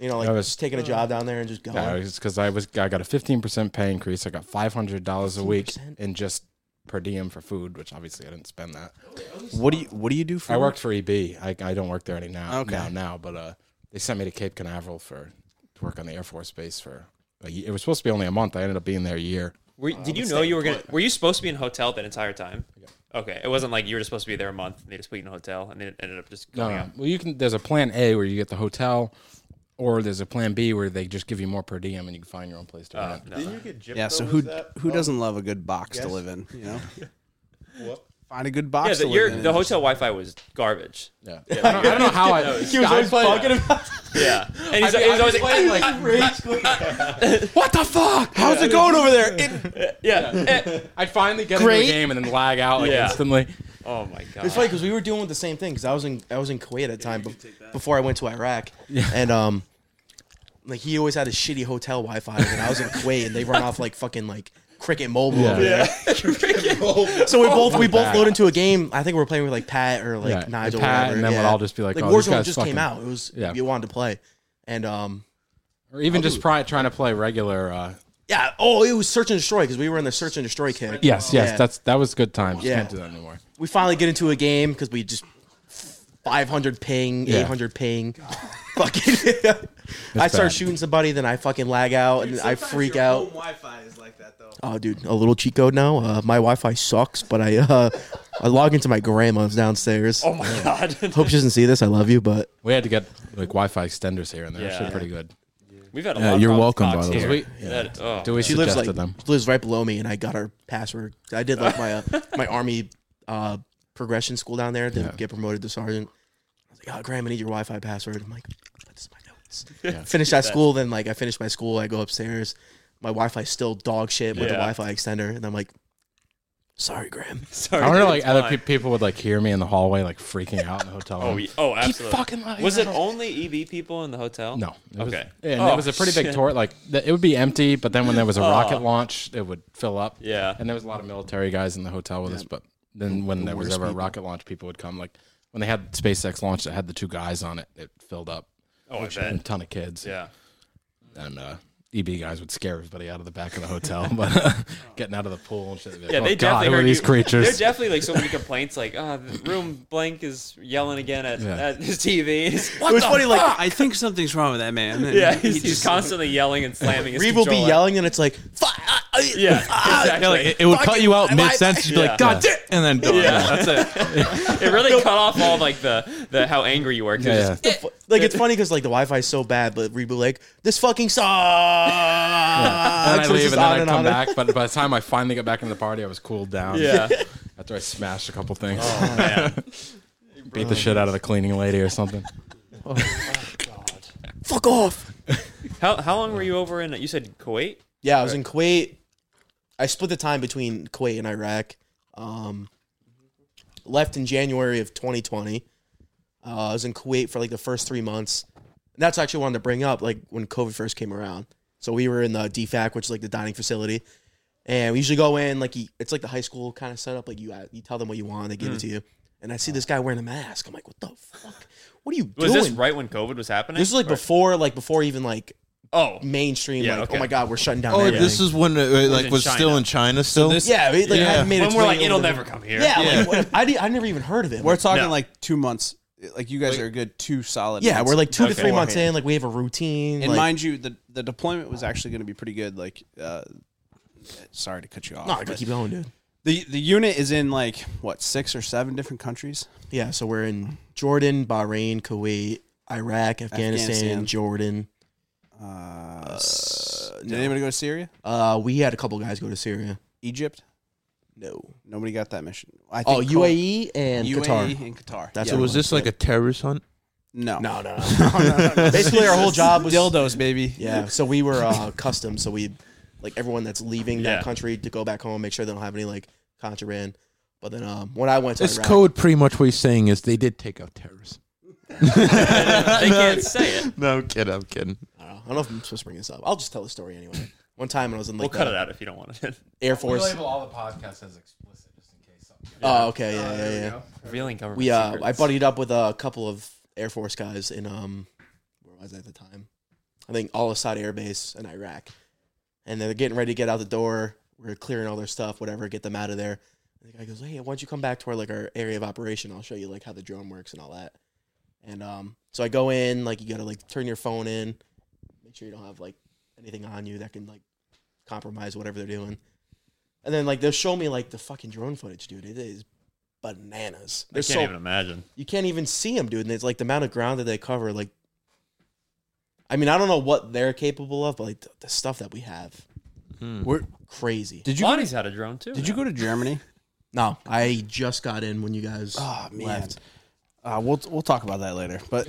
Speaker 3: You know, like
Speaker 7: That was-
Speaker 3: just taking a job down there and just going.
Speaker 7: Yeah, it's because I was I got a 15% pay increase. I got $500 a week
Speaker 3: 15%?
Speaker 7: in just per diem for food, which obviously I didn't spend that.
Speaker 4: what do you What do you do for?
Speaker 7: I worked for EB. I, I don't work there any now.
Speaker 4: Okay.
Speaker 7: Now, now, but uh, they sent me to Cape Canaveral for to work on the Air Force Base for. A, ye- it was supposed to be only a month. I ended up being there a year.
Speaker 5: Were, did you know you were gonna? Were you supposed to be in a hotel that entire time? Okay, it wasn't like you were just supposed to be there a month. and They just put you in a hotel, and they ended up just
Speaker 7: No,
Speaker 5: going
Speaker 7: no.
Speaker 5: out.
Speaker 7: Oh, Well, you can. There's a plan A where you get the hotel, or there's a plan B where they just give you more per diem and you can find your own place to rent.
Speaker 5: No.
Speaker 4: yeah. So who Who doesn't love a good box to live in? You know. Find a good box
Speaker 5: Yeah,
Speaker 4: to
Speaker 5: the,
Speaker 4: live
Speaker 5: your,
Speaker 4: in.
Speaker 5: the hotel Wi-Fi was garbage.
Speaker 7: Yeah. I, don't, I don't know how I.
Speaker 3: He was always fucking about
Speaker 5: Yeah, and he's, he's always like,
Speaker 7: what the fuck?
Speaker 4: How's it going over there? It,
Speaker 5: yeah, eh.
Speaker 7: I finally get into a game and then lag out like
Speaker 5: Yeah.
Speaker 7: instantly.
Speaker 5: Oh my god.
Speaker 3: It's funny because we were dealing with the same thing because I was in I was in Kuwait at the time bef- before I went to Iraq, and um, like he always had a shitty hotel Wi-Fi, and I was in Kuwait, and they run off like fucking like Cricket Mobile over there. So we both we both load into a game. I think we were playing with like Pat or like
Speaker 7: Yeah, and
Speaker 3: Nigel,
Speaker 7: Pat,
Speaker 3: or whatever.
Speaker 7: and then we'd
Speaker 3: yeah.
Speaker 7: all just be like, "Oh, these
Speaker 3: Warzone
Speaker 7: guys
Speaker 3: just
Speaker 7: fucking-
Speaker 3: came out. It was
Speaker 7: Yeah.
Speaker 3: you wanted to play, and um,
Speaker 7: Or even just try, trying to play regular. Uh,
Speaker 3: yeah. Oh, it was search and destroy because we were in the search and destroy kick.
Speaker 7: yes, yes,
Speaker 3: Yeah.
Speaker 7: that's that was good times.
Speaker 3: Yeah.
Speaker 7: Can't do that anymore.
Speaker 3: we finally get into a game because we just 500 ping,
Speaker 7: Yeah.
Speaker 3: 800 ping. Fucking, I start
Speaker 7: bad.
Speaker 3: shooting somebody, then I fucking lag out and I freak out.
Speaker 4: Wi-Fi is like that though.
Speaker 3: Oh, dude, a little cheat code now. Uh, my Wi-Fi sucks, but I uh, I log into my grandma's downstairs.
Speaker 5: oh my god.
Speaker 3: Hope she doesn't see this. I love you, but
Speaker 7: We had to get like Wi-Fi extenders here and there.
Speaker 5: Yeah.
Speaker 7: Actually, pretty good.
Speaker 5: We've had a
Speaker 9: Yeah,
Speaker 5: lot. of
Speaker 9: you're
Speaker 5: problems with
Speaker 9: welcome,
Speaker 5: Cox
Speaker 9: by the
Speaker 5: here.
Speaker 9: way.
Speaker 5: That- oh,
Speaker 7: Do we
Speaker 3: She lives like
Speaker 7: suggest to them?
Speaker 3: she lives right below me, and I got her password. I did like my uh, my army uh, progression school down there to get promoted to sergeant. I was like, "Oh, Graham, I need your Wi-Fi password." I'm like, "But "This is my notes." Finish that school, then like I finish my school. I go upstairs. My Wi-Fi's still dog shit with the
Speaker 5: Yeah.
Speaker 3: Wi-Fi extender, and I'm like, "Sorry, Graham."
Speaker 5: Sorry,
Speaker 7: I wonder, like,
Speaker 5: it's
Speaker 7: other
Speaker 5: mine.
Speaker 7: pe- people would like hear me in the hallway, like freaking out in the hotel.
Speaker 5: Oh,
Speaker 7: room.
Speaker 5: yeah. oh, absolutely.
Speaker 7: fucking lying.
Speaker 5: Was it only EB people in the hotel?
Speaker 7: No. It was-
Speaker 5: Okay.
Speaker 7: yeah, and
Speaker 5: Oh,
Speaker 7: it was a pretty
Speaker 5: shit.
Speaker 7: big tour. Like th- it would be empty, but then when there was a
Speaker 5: Oh.
Speaker 7: rocket launch, it would fill up.
Speaker 5: Yeah.
Speaker 7: And there was a lot of military guys in the hotel with us. But then when there was ever a rocket launch, people would come. Like when they had SpaceX launch that had the two guys on it, it filled up.
Speaker 5: Oh, I
Speaker 7: And a
Speaker 5: bet.
Speaker 7: ton of kids.
Speaker 5: Yeah.
Speaker 7: And uh, EB guys would scare everybody out of the back of the hotel, but uh, getting out of the pool and shit. they'd be like,
Speaker 5: Yeah,
Speaker 7: "Oh,
Speaker 5: they
Speaker 7: God,
Speaker 5: definitely
Speaker 7: who
Speaker 5: heard
Speaker 7: are these
Speaker 5: you. There are
Speaker 7: creatures.
Speaker 5: definitely like so many complaints, like oh, the room blank is yelling again at,
Speaker 7: Yeah.
Speaker 5: at his TV.
Speaker 4: it was funny. Like I think something's wrong with that man. And
Speaker 5: yeah,
Speaker 4: he
Speaker 5: he's, he's
Speaker 4: just-
Speaker 5: constantly yelling and slamming. His
Speaker 3: Reeve will be
Speaker 5: controller.
Speaker 3: yelling, and it's like, "Fuck!" ah, ah,
Speaker 5: Yeah,
Speaker 3: ah."
Speaker 5: exactly.
Speaker 9: Yeah, like it, it would cut you out mid sentence. You'd be like,
Speaker 5: Yeah.
Speaker 9: God damn, and then done.
Speaker 5: Yeah.
Speaker 9: that's it.
Speaker 5: it really cut off all like the, the how angry you were. 'cause
Speaker 7: Yeah,
Speaker 5: it's
Speaker 7: yeah.
Speaker 5: just-
Speaker 3: Fu- Like it's funny because like the Wi-Fi is so bad, but Reeve will be like, "This fucking sucks."
Speaker 7: and I
Speaker 3: So it's
Speaker 7: leave,
Speaker 3: just
Speaker 7: and then
Speaker 3: on
Speaker 7: I
Speaker 3: and
Speaker 7: come
Speaker 3: on and-
Speaker 7: back. But by the time I finally get back into the party, I was cooled down.
Speaker 5: Yeah.
Speaker 7: After I smashed a couple things,
Speaker 3: Oh,
Speaker 5: Man.
Speaker 7: beat the shit out of the cleaning lady or something.
Speaker 3: Fuck off.
Speaker 5: How how long were you over in? You said Kuwait.
Speaker 3: Yeah, I was in Kuwait. I split the time between Kuwait and Iraq. Um, left in January of 2020. Uh, I was in Kuwait for like the first three months. And that's actually what I wanted to bring up, like when COVID first came around. So we were in the DFAC, which is like the dining facility. And we usually go in, like, you- it's like the high school kind of setup. Like, you uh, you tell them what you want, they give
Speaker 5: Mm.
Speaker 3: it to you. And I see this guy wearing a mask. I'm like, what the fuck? What are you
Speaker 5: Was
Speaker 3: doing?
Speaker 5: this right when COVID was happening?
Speaker 3: This is like
Speaker 5: Or-
Speaker 3: before, like, before even like
Speaker 5: Oh,
Speaker 3: mainstream,
Speaker 5: Yeah,
Speaker 3: like,
Speaker 5: okay.
Speaker 3: oh my God, we're shutting down
Speaker 2: Oh,
Speaker 3: everything.
Speaker 2: this is when it, uh, like
Speaker 5: in
Speaker 2: was still
Speaker 5: China.
Speaker 2: in China still.
Speaker 3: Yeah, it, like,
Speaker 2: Yeah.
Speaker 3: hadn't made
Speaker 5: when
Speaker 3: its
Speaker 5: we're
Speaker 3: way
Speaker 5: like,
Speaker 3: over
Speaker 5: it'll
Speaker 3: the-
Speaker 5: never come here.
Speaker 3: Yeah,
Speaker 2: Yeah.
Speaker 3: Like, what- I, di- I never even heard of it.
Speaker 4: We're
Speaker 3: Like,
Speaker 4: talking
Speaker 5: No.
Speaker 4: like two months. Like you guys are a good two solid.
Speaker 3: yeah,
Speaker 4: months
Speaker 3: we're like two to three
Speaker 4: beforehand.
Speaker 3: months in. Like we have a routine.
Speaker 4: And
Speaker 3: like,
Speaker 4: mind you, the the deployment was actually going to be pretty good. Like, uh, sorry to cut you off.
Speaker 3: no, I
Speaker 4: but
Speaker 3: gotta keep going, dude.
Speaker 4: the the unit is in like what six or seven different countries.
Speaker 3: Yeah, so we're in Jordan, Bahrain, Kuwait, Iraq, Afghanistan,
Speaker 4: Afghanistan.
Speaker 3: Jordan.
Speaker 4: Uh, s- did anybody go to Syria?
Speaker 3: Uh, we had a couple guys go to Syria.
Speaker 4: Egypt?
Speaker 3: No.
Speaker 4: Nobody got that mission. I
Speaker 3: Oh,
Speaker 4: Ko-
Speaker 3: UAE and
Speaker 4: UAE
Speaker 3: Qatar.
Speaker 4: E and Qatar.
Speaker 3: That's
Speaker 4: yeah.
Speaker 3: what
Speaker 2: Was this like a terrorist hunt?
Speaker 4: no.
Speaker 3: No, no, no. Basically, our whole job was
Speaker 4: dildos, baby.
Speaker 3: Yeah, so we were uh, custom. So we, like everyone that's leaving
Speaker 5: Yeah.
Speaker 3: that country to go back home, make sure they don't have any like contraband. But then um, when I went to
Speaker 2: This
Speaker 3: Iraq,
Speaker 2: code pretty much what he's saying is they did take out terrorists.
Speaker 5: they can't say it.
Speaker 2: No, I'm kidding. I'm kidding.
Speaker 3: I don't know. I don't know if I'm supposed to bring this up. I'll just tell the story anyway. One time when I was in
Speaker 5: We'll
Speaker 3: like
Speaker 5: cut
Speaker 3: the
Speaker 5: it out if you don't want it.
Speaker 3: Air Force.
Speaker 6: We label all the podcasts as explicit just in case something. Uh,
Speaker 3: Oh, okay, yeah, yeah, yeah.
Speaker 5: Revealing government
Speaker 3: We uh, I
Speaker 5: secrets.
Speaker 3: buddied up with a couple of Air Force guys in um, where was I at the time? I think Al Assad Air Base in Iraq, and they're getting ready to get out the door. We're clearing all their stuff, whatever, get them out of there. And the guy goes, "Hey, why don't you come back to our like our area of operation? I'll show you like how the drone works and all that." And um, so I go in, like you gotta like turn your phone in, make sure you don't have like anything on you that can like compromise whatever they're doing. And then like they'll show me like the fucking drone footage, dude. It is bananas.
Speaker 5: I
Speaker 3: They're
Speaker 5: can't
Speaker 3: so
Speaker 5: even imagine.
Speaker 3: you can't even see them, dude. And it's like the amount of ground that they cover. Like, I mean, I don't know what they're capable of, but like the, the stuff that we have,
Speaker 4: Where-
Speaker 3: crazy.
Speaker 4: Did you go to,
Speaker 5: Lonnie's had a drone too.
Speaker 4: did you go to Germany?
Speaker 3: No, I just got in when you guys
Speaker 5: Ah,
Speaker 4: Oh man.
Speaker 3: left.
Speaker 4: Uh, we'll we'll talk about that later. But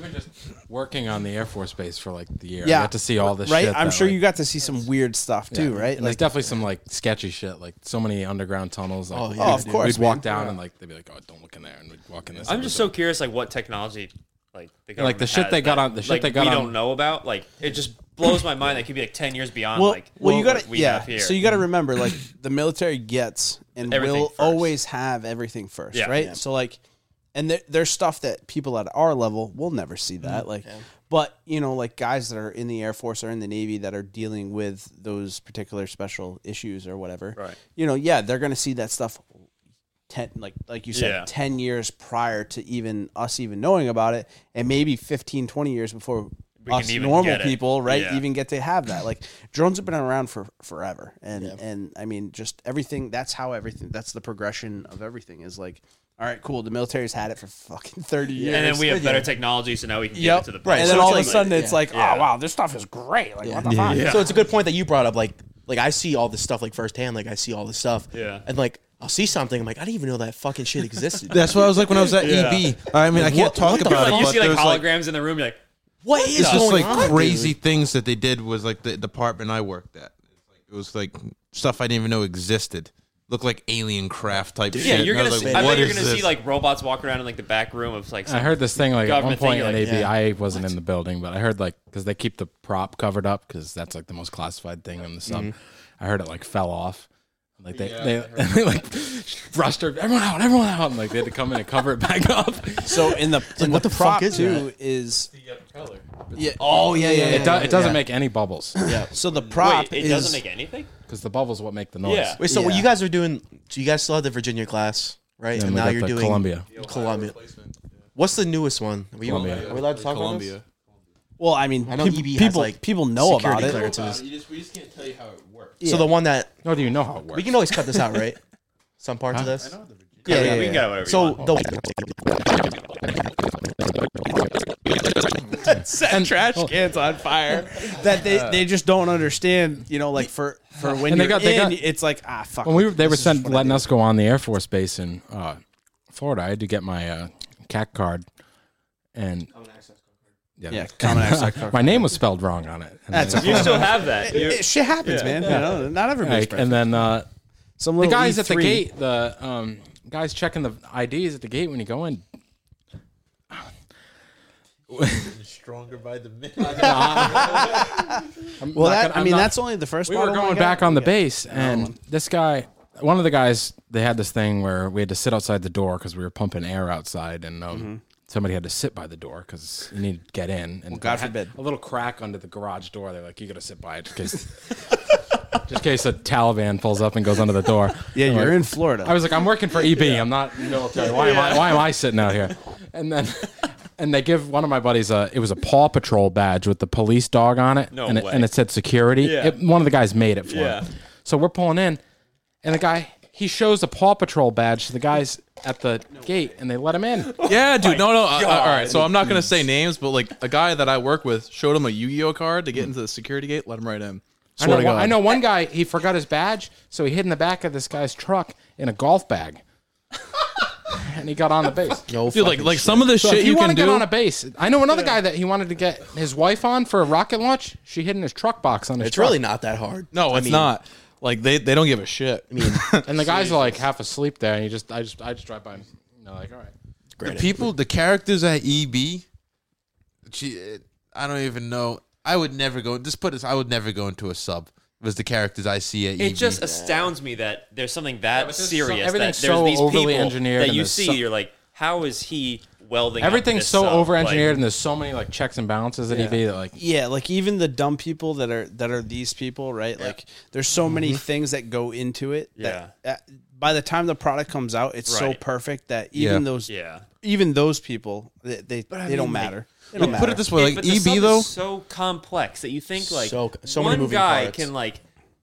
Speaker 7: Working on the Air Force Base for like the year.
Speaker 4: Yeah.
Speaker 7: I got to see all this
Speaker 4: right,
Speaker 7: shit.
Speaker 4: I'm
Speaker 7: that,
Speaker 4: sure
Speaker 7: like-
Speaker 4: you got to see some weird stuff too, right?
Speaker 7: And there's definitely some like sketchy shit, like so many underground tunnels. Like,
Speaker 3: Oh, yeah,
Speaker 4: Oh, of
Speaker 3: dude.
Speaker 4: course,
Speaker 7: We'd walk
Speaker 4: man.
Speaker 7: down and like they'd be like, "Oh, don't look in there," and we'd walk in this.
Speaker 5: I'm just so curious, like what technology, like the
Speaker 7: Like, the
Speaker 5: government
Speaker 7: shit
Speaker 5: has
Speaker 7: they got
Speaker 5: that,
Speaker 7: on- the shit
Speaker 5: like,
Speaker 7: they got
Speaker 5: we
Speaker 7: on-
Speaker 5: don't know about. Like it just blows my mind. That could be like ten years beyond.
Speaker 4: well,
Speaker 5: like
Speaker 4: well, you
Speaker 5: what
Speaker 4: got to
Speaker 5: we
Speaker 4: yeah.
Speaker 5: have here.
Speaker 4: So you got to remember, like the military gets and
Speaker 5: Everything
Speaker 4: will
Speaker 5: first.
Speaker 4: always have everything first,
Speaker 5: Yeah.
Speaker 4: right? So like, and there, there's stuff that people at our level will never see that, like. But you know, like guys that are in the Air Force or in the Navy that are dealing with those particular special issues or whatever,
Speaker 5: Right.
Speaker 4: You know, yeah, they're gonna see that stuff. Ten, like like you said,
Speaker 5: Yeah.
Speaker 4: 10 years prior to even us even knowing about it and maybe 15 20 years before
Speaker 5: We
Speaker 4: us
Speaker 5: can even
Speaker 4: normal
Speaker 5: get it.
Speaker 4: people, right,
Speaker 5: Yeah.
Speaker 4: even get to have that. Like drones have been around for forever, and and I mean, just everything. That's how everything. That's the progression of everything. Is like, all right, cool. The military's had it for fucking thirty years,
Speaker 5: and then we have better technology, so now we can
Speaker 4: Yep.
Speaker 5: get it to the
Speaker 3: Right,
Speaker 5: people.
Speaker 4: And
Speaker 3: so
Speaker 4: then
Speaker 3: it's
Speaker 4: all of
Speaker 3: like-
Speaker 4: a sudden, it's
Speaker 3: yeah.
Speaker 4: like,
Speaker 5: Yeah.
Speaker 4: oh wow, this stuff is great. Like, what the fuck?
Speaker 3: So it's a good point that you brought up. Like, like I see all this stuff like firsthand. Like I see all this stuff.
Speaker 5: Yeah.
Speaker 3: And like I'll see something. I'm like, I didn't even know that fucking shit existed.
Speaker 2: That's what I was like when I was at EB. I mean, I can't talk
Speaker 5: Like,
Speaker 2: about it.
Speaker 5: you
Speaker 2: but
Speaker 5: see like
Speaker 2: there's, like,
Speaker 5: holograms in the room, you're like,
Speaker 3: what is
Speaker 2: it's just
Speaker 3: going
Speaker 2: like
Speaker 3: on,
Speaker 2: crazy
Speaker 3: dude?
Speaker 2: things that they did was like the department I worked at. It's like- It was like stuff I didn't even know existed. Looked like alien craft type shit.
Speaker 5: yeah, you're
Speaker 2: and I
Speaker 5: gonna.
Speaker 2: was
Speaker 5: see,
Speaker 2: like,
Speaker 5: I
Speaker 2: what
Speaker 5: bet you're
Speaker 2: is
Speaker 5: gonna see
Speaker 2: this?
Speaker 5: like robots walk around in like the back room of like.
Speaker 7: I heard this thing like at one
Speaker 5: Government thing,
Speaker 7: point
Speaker 5: you're
Speaker 7: at
Speaker 5: like,
Speaker 7: AB. I wasn't in the building, but I heard like because they keep the prop covered up because that's like the most classified thing on the sub. I heard it like fell off. Like they, they, they like brushed her, everyone out, everyone out, and like they had to come in and cover it back up.
Speaker 4: So in the in
Speaker 3: what
Speaker 4: the,
Speaker 3: the fuck
Speaker 4: prop
Speaker 3: is
Speaker 4: too is yeah. Oh yeah, yeah.
Speaker 7: It, do, it doesn't make any bubbles
Speaker 4: Yeah. So the
Speaker 5: Wait,
Speaker 4: prop
Speaker 5: it
Speaker 4: is
Speaker 5: doesn't make anything.
Speaker 7: because the bubbles what make the noise.
Speaker 5: Yeah.
Speaker 3: Wait, so what
Speaker 4: Yeah.
Speaker 3: you guys are doing? So you guys still have the Virginia class, right?
Speaker 7: And
Speaker 3: And,
Speaker 7: we
Speaker 3: now
Speaker 7: got
Speaker 3: you're
Speaker 7: the
Speaker 3: doing
Speaker 7: Columbia.
Speaker 3: Columbia. What's the newest one? Are we,
Speaker 7: Columbia.
Speaker 3: Are we allowed to talk about this?
Speaker 9: Columbia.
Speaker 4: well, I E mean,
Speaker 3: I know
Speaker 4: peop-
Speaker 3: EB has,
Speaker 4: people
Speaker 3: like,
Speaker 4: people know about
Speaker 3: security
Speaker 4: it.
Speaker 3: clearances.
Speaker 1: You just, we just can't tell you how it works.
Speaker 4: Yeah.
Speaker 3: So the one that
Speaker 7: How do you know how it works?
Speaker 3: we can always cut this out, right? Some parts of this.
Speaker 5: Yeah,
Speaker 3: yeah,
Speaker 5: we
Speaker 3: yeah.
Speaker 5: can get whatever. you
Speaker 3: So
Speaker 5: want.
Speaker 3: the
Speaker 4: set trash
Speaker 3: oh.
Speaker 4: cans on fire that they, they just don't understand. You know, like for for when
Speaker 7: And they
Speaker 4: you're
Speaker 7: got- they
Speaker 4: in,
Speaker 7: got-
Speaker 4: it's like ah fuck.
Speaker 7: when we were, they
Speaker 4: this
Speaker 7: were
Speaker 4: is
Speaker 7: sent
Speaker 4: what I
Speaker 7: letting
Speaker 4: do.
Speaker 7: us go on the Air Force base in uh, Florida, I had to get my uh, CAC card, and yeah,
Speaker 4: Yeah, common access card.
Speaker 7: my name was spelled wrong on it. And
Speaker 4: That's
Speaker 7: then,
Speaker 5: you still have that. You-
Speaker 4: It- shit happens, man. You know, not everybody's
Speaker 7: like,
Speaker 4: perfect.
Speaker 7: and then uh, E
Speaker 4: Some
Speaker 7: the
Speaker 4: little E
Speaker 7: guys at
Speaker 4: E3
Speaker 7: the gate, the um, guys checking the IDs at the gate when you go in.
Speaker 1: Stronger by the minute.
Speaker 7: I'm
Speaker 4: Well,
Speaker 7: not
Speaker 4: that,
Speaker 7: gonna-
Speaker 4: I
Speaker 7: I'm
Speaker 4: mean,
Speaker 7: not-
Speaker 4: that's only the first.
Speaker 7: we were
Speaker 4: bottle I
Speaker 7: going
Speaker 4: got.
Speaker 7: back on the
Speaker 4: Yeah.
Speaker 7: base, and this guy, one of the guys, they had this thing where we had to sit outside the door because we were pumping air outside, and um,
Speaker 4: Mm-hmm.
Speaker 7: somebody had to sit by the door because you needed to get in. And
Speaker 4: God
Speaker 7: it had
Speaker 4: forbid.
Speaker 7: a little crack under the garage door. They're like, "You got to sit by it, because just in case a Taliban pulls up and goes under the door."
Speaker 4: Yeah,
Speaker 7: I'm
Speaker 4: you're
Speaker 7: like-
Speaker 4: in Florida.
Speaker 7: I was like, I'm working for EB. I'm not military. Why am I? Why am I sitting out here? And then, and they give one of my buddies a. It was a Paw Patrol badge with the police dog on it.
Speaker 5: No
Speaker 7: and It,
Speaker 5: way.
Speaker 7: and it said security.
Speaker 5: Yeah.
Speaker 7: It- one of the guys made it for
Speaker 5: Yeah.
Speaker 7: him. So we're pulling in, and the guy he shows the Paw Patrol badge to the guys at the gate, and they let him in.
Speaker 9: Yeah, dude. No, no. I- I- all right. So I'm not gonna say names, but like a guy that I work with showed him a Yu-Gi-Oh card to get into the security gate. Let him right in.
Speaker 7: I
Speaker 9: Swear
Speaker 7: know,
Speaker 9: to
Speaker 7: one,
Speaker 9: God.
Speaker 7: I know one guy. He forgot his badge, so he hid in the back of this guy's truck in a golf bag. And he got on the base.
Speaker 3: no
Speaker 9: Dude, like
Speaker 3: fucking
Speaker 9: like
Speaker 3: shit.
Speaker 9: some of the
Speaker 7: So
Speaker 9: shit
Speaker 7: if you,
Speaker 9: you,
Speaker 7: want
Speaker 9: can
Speaker 7: to get
Speaker 9: do.
Speaker 7: on a base, I know another guy that he wanted to get his wife on for a rocket launch. She hid in his truck box on his
Speaker 3: It's
Speaker 7: truck.
Speaker 3: really not that hard.
Speaker 9: no, it's not. Like they, they don't give a shit. I mean,
Speaker 7: and the guys are like half asleep there, and you just I just I just drive by him. You know, like all right.
Speaker 2: the people, the characters at EB, gee, eh, I don't even know. I would never go. Just put this. I would never go into a sub. Was the characters I see at E EB?
Speaker 5: It just astounds me that there's something that
Speaker 9: there's so-
Speaker 5: serious. that there's
Speaker 7: everything's so
Speaker 5: these
Speaker 7: overly
Speaker 5: people
Speaker 7: engineered
Speaker 5: that
Speaker 7: and
Speaker 5: you
Speaker 7: there's
Speaker 5: see.
Speaker 7: so-
Speaker 5: you're like, how is he welding? up
Speaker 7: Everything's
Speaker 5: this
Speaker 7: so
Speaker 5: up?
Speaker 7: over engineered,
Speaker 5: Like,
Speaker 7: and there's so many like checks and balances at EV that like
Speaker 4: Yeah, like even the dumb people that are that are these people, right? Like there's so many things that go into it. That, uh, by the time the product comes out, it's so
Speaker 5: Right.
Speaker 4: perfect that even
Speaker 2: Yeah.
Speaker 4: those
Speaker 5: yeah.
Speaker 4: even those people they they, they don't matter. They don't
Speaker 2: put it
Speaker 4: matter.
Speaker 2: this way, like
Speaker 5: but the sub
Speaker 2: EB
Speaker 5: is
Speaker 2: though.
Speaker 5: so complex that you think like
Speaker 3: So- so many
Speaker 5: one
Speaker 3: moving
Speaker 5: guy
Speaker 3: parts.
Speaker 5: can like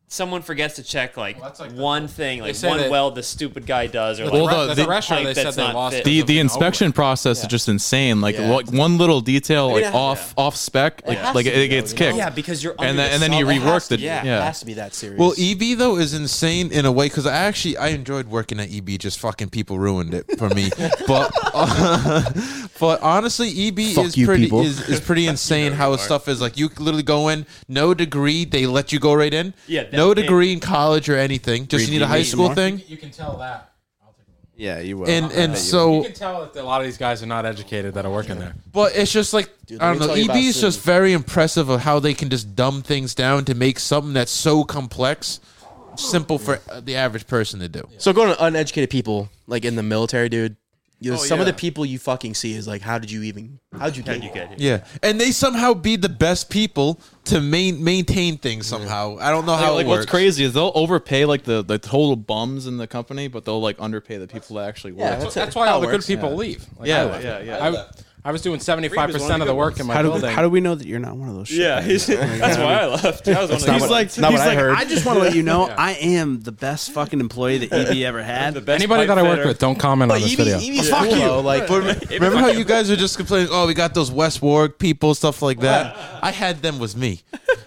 Speaker 5: someone forgets to check like,
Speaker 6: like the-
Speaker 5: one thing, like
Speaker 7: say
Speaker 5: one
Speaker 7: that-
Speaker 5: weld the stupid guy does, or like
Speaker 9: Well, the-
Speaker 5: one
Speaker 9: the
Speaker 7: restaurant,
Speaker 5: pipe
Speaker 7: they
Speaker 5: that's
Speaker 7: said they
Speaker 5: not
Speaker 7: lost
Speaker 5: fit.
Speaker 9: the the
Speaker 7: Yeah.
Speaker 9: inspection process is just insane. Like what- one little detail, like
Speaker 3: it-
Speaker 9: off off spec, like,
Speaker 5: has
Speaker 9: like
Speaker 3: to
Speaker 9: it,
Speaker 3: be,
Speaker 9: gets
Speaker 3: though, you know?
Speaker 9: kicked.
Speaker 5: yeah, because you're under
Speaker 9: and then
Speaker 5: the
Speaker 9: and then you
Speaker 5: sub.
Speaker 9: reworked it.
Speaker 3: Yeah, e, it
Speaker 9: yeah.
Speaker 3: has to be that serious.
Speaker 2: Well, EB though is insane in a way because I actually I enjoyed working at EB. Just fucking people ruined it for me. but but honestly, EB
Speaker 3: Fuck
Speaker 2: is
Speaker 3: you,
Speaker 2: pretty
Speaker 3: people.
Speaker 2: is, is pretty insane how stuff is like. You could literally go in, no degree, they let you go right in.
Speaker 5: Yeah,
Speaker 2: no
Speaker 5: that-
Speaker 2: degree in college or anything. Just you need a high school thing.
Speaker 6: You can tell that. I'll take a
Speaker 4: yeah, you will.
Speaker 2: And and
Speaker 7: you
Speaker 2: so,
Speaker 7: can tell that a lot of these guys are not educated that are working there.
Speaker 2: but it's just like I
Speaker 3: let
Speaker 2: don't
Speaker 3: me
Speaker 2: know.
Speaker 3: tell you
Speaker 2: EB
Speaker 3: about
Speaker 2: is just
Speaker 3: Susan.
Speaker 2: very impressive of how they can just dumb things down to make something that's so complex simple for uh, the average person to do.
Speaker 3: So going to uneducated people, like in the military, dude. You know,
Speaker 9: Oh,
Speaker 3: some of the
Speaker 9: yeah.
Speaker 3: people you fucking see is like, how did you even? How'd you get?
Speaker 5: You get it.
Speaker 2: Yeah, and they somehow be the best people to main, maintain things somehow. I don't know how.
Speaker 9: like
Speaker 2: it
Speaker 9: what's
Speaker 2: works.
Speaker 9: crazy is they'll overpay like the, the total bums in the company, but they'll like underpay the people that actually work.
Speaker 3: that's,
Speaker 7: That's why all the good
Speaker 3: people.
Speaker 7: people leave. Like,
Speaker 9: Yeah,
Speaker 7: I left.
Speaker 9: yeah, yeah.
Speaker 7: I, I was doing seventy five percent of the work in my
Speaker 4: How do,
Speaker 7: building.
Speaker 4: how do we know that you're not one of those?
Speaker 5: Yeah,
Speaker 4: shit
Speaker 5: he's, that's why I left. I was one of
Speaker 4: He's
Speaker 5: those-
Speaker 4: like,
Speaker 3: not
Speaker 4: he's
Speaker 3: what I
Speaker 4: like, I,
Speaker 3: heard.
Speaker 4: just want to let you know, I am the best fucking employee that EB ever had.
Speaker 5: the best
Speaker 7: Anybody
Speaker 5: pipe
Speaker 7: that I work
Speaker 5: fitter.
Speaker 7: with, don't comment on this video.
Speaker 4: fuck you. Like,
Speaker 2: Remember how you guys were just complaining? Oh, we got those West Warwick people, stuff like that. I had them was me,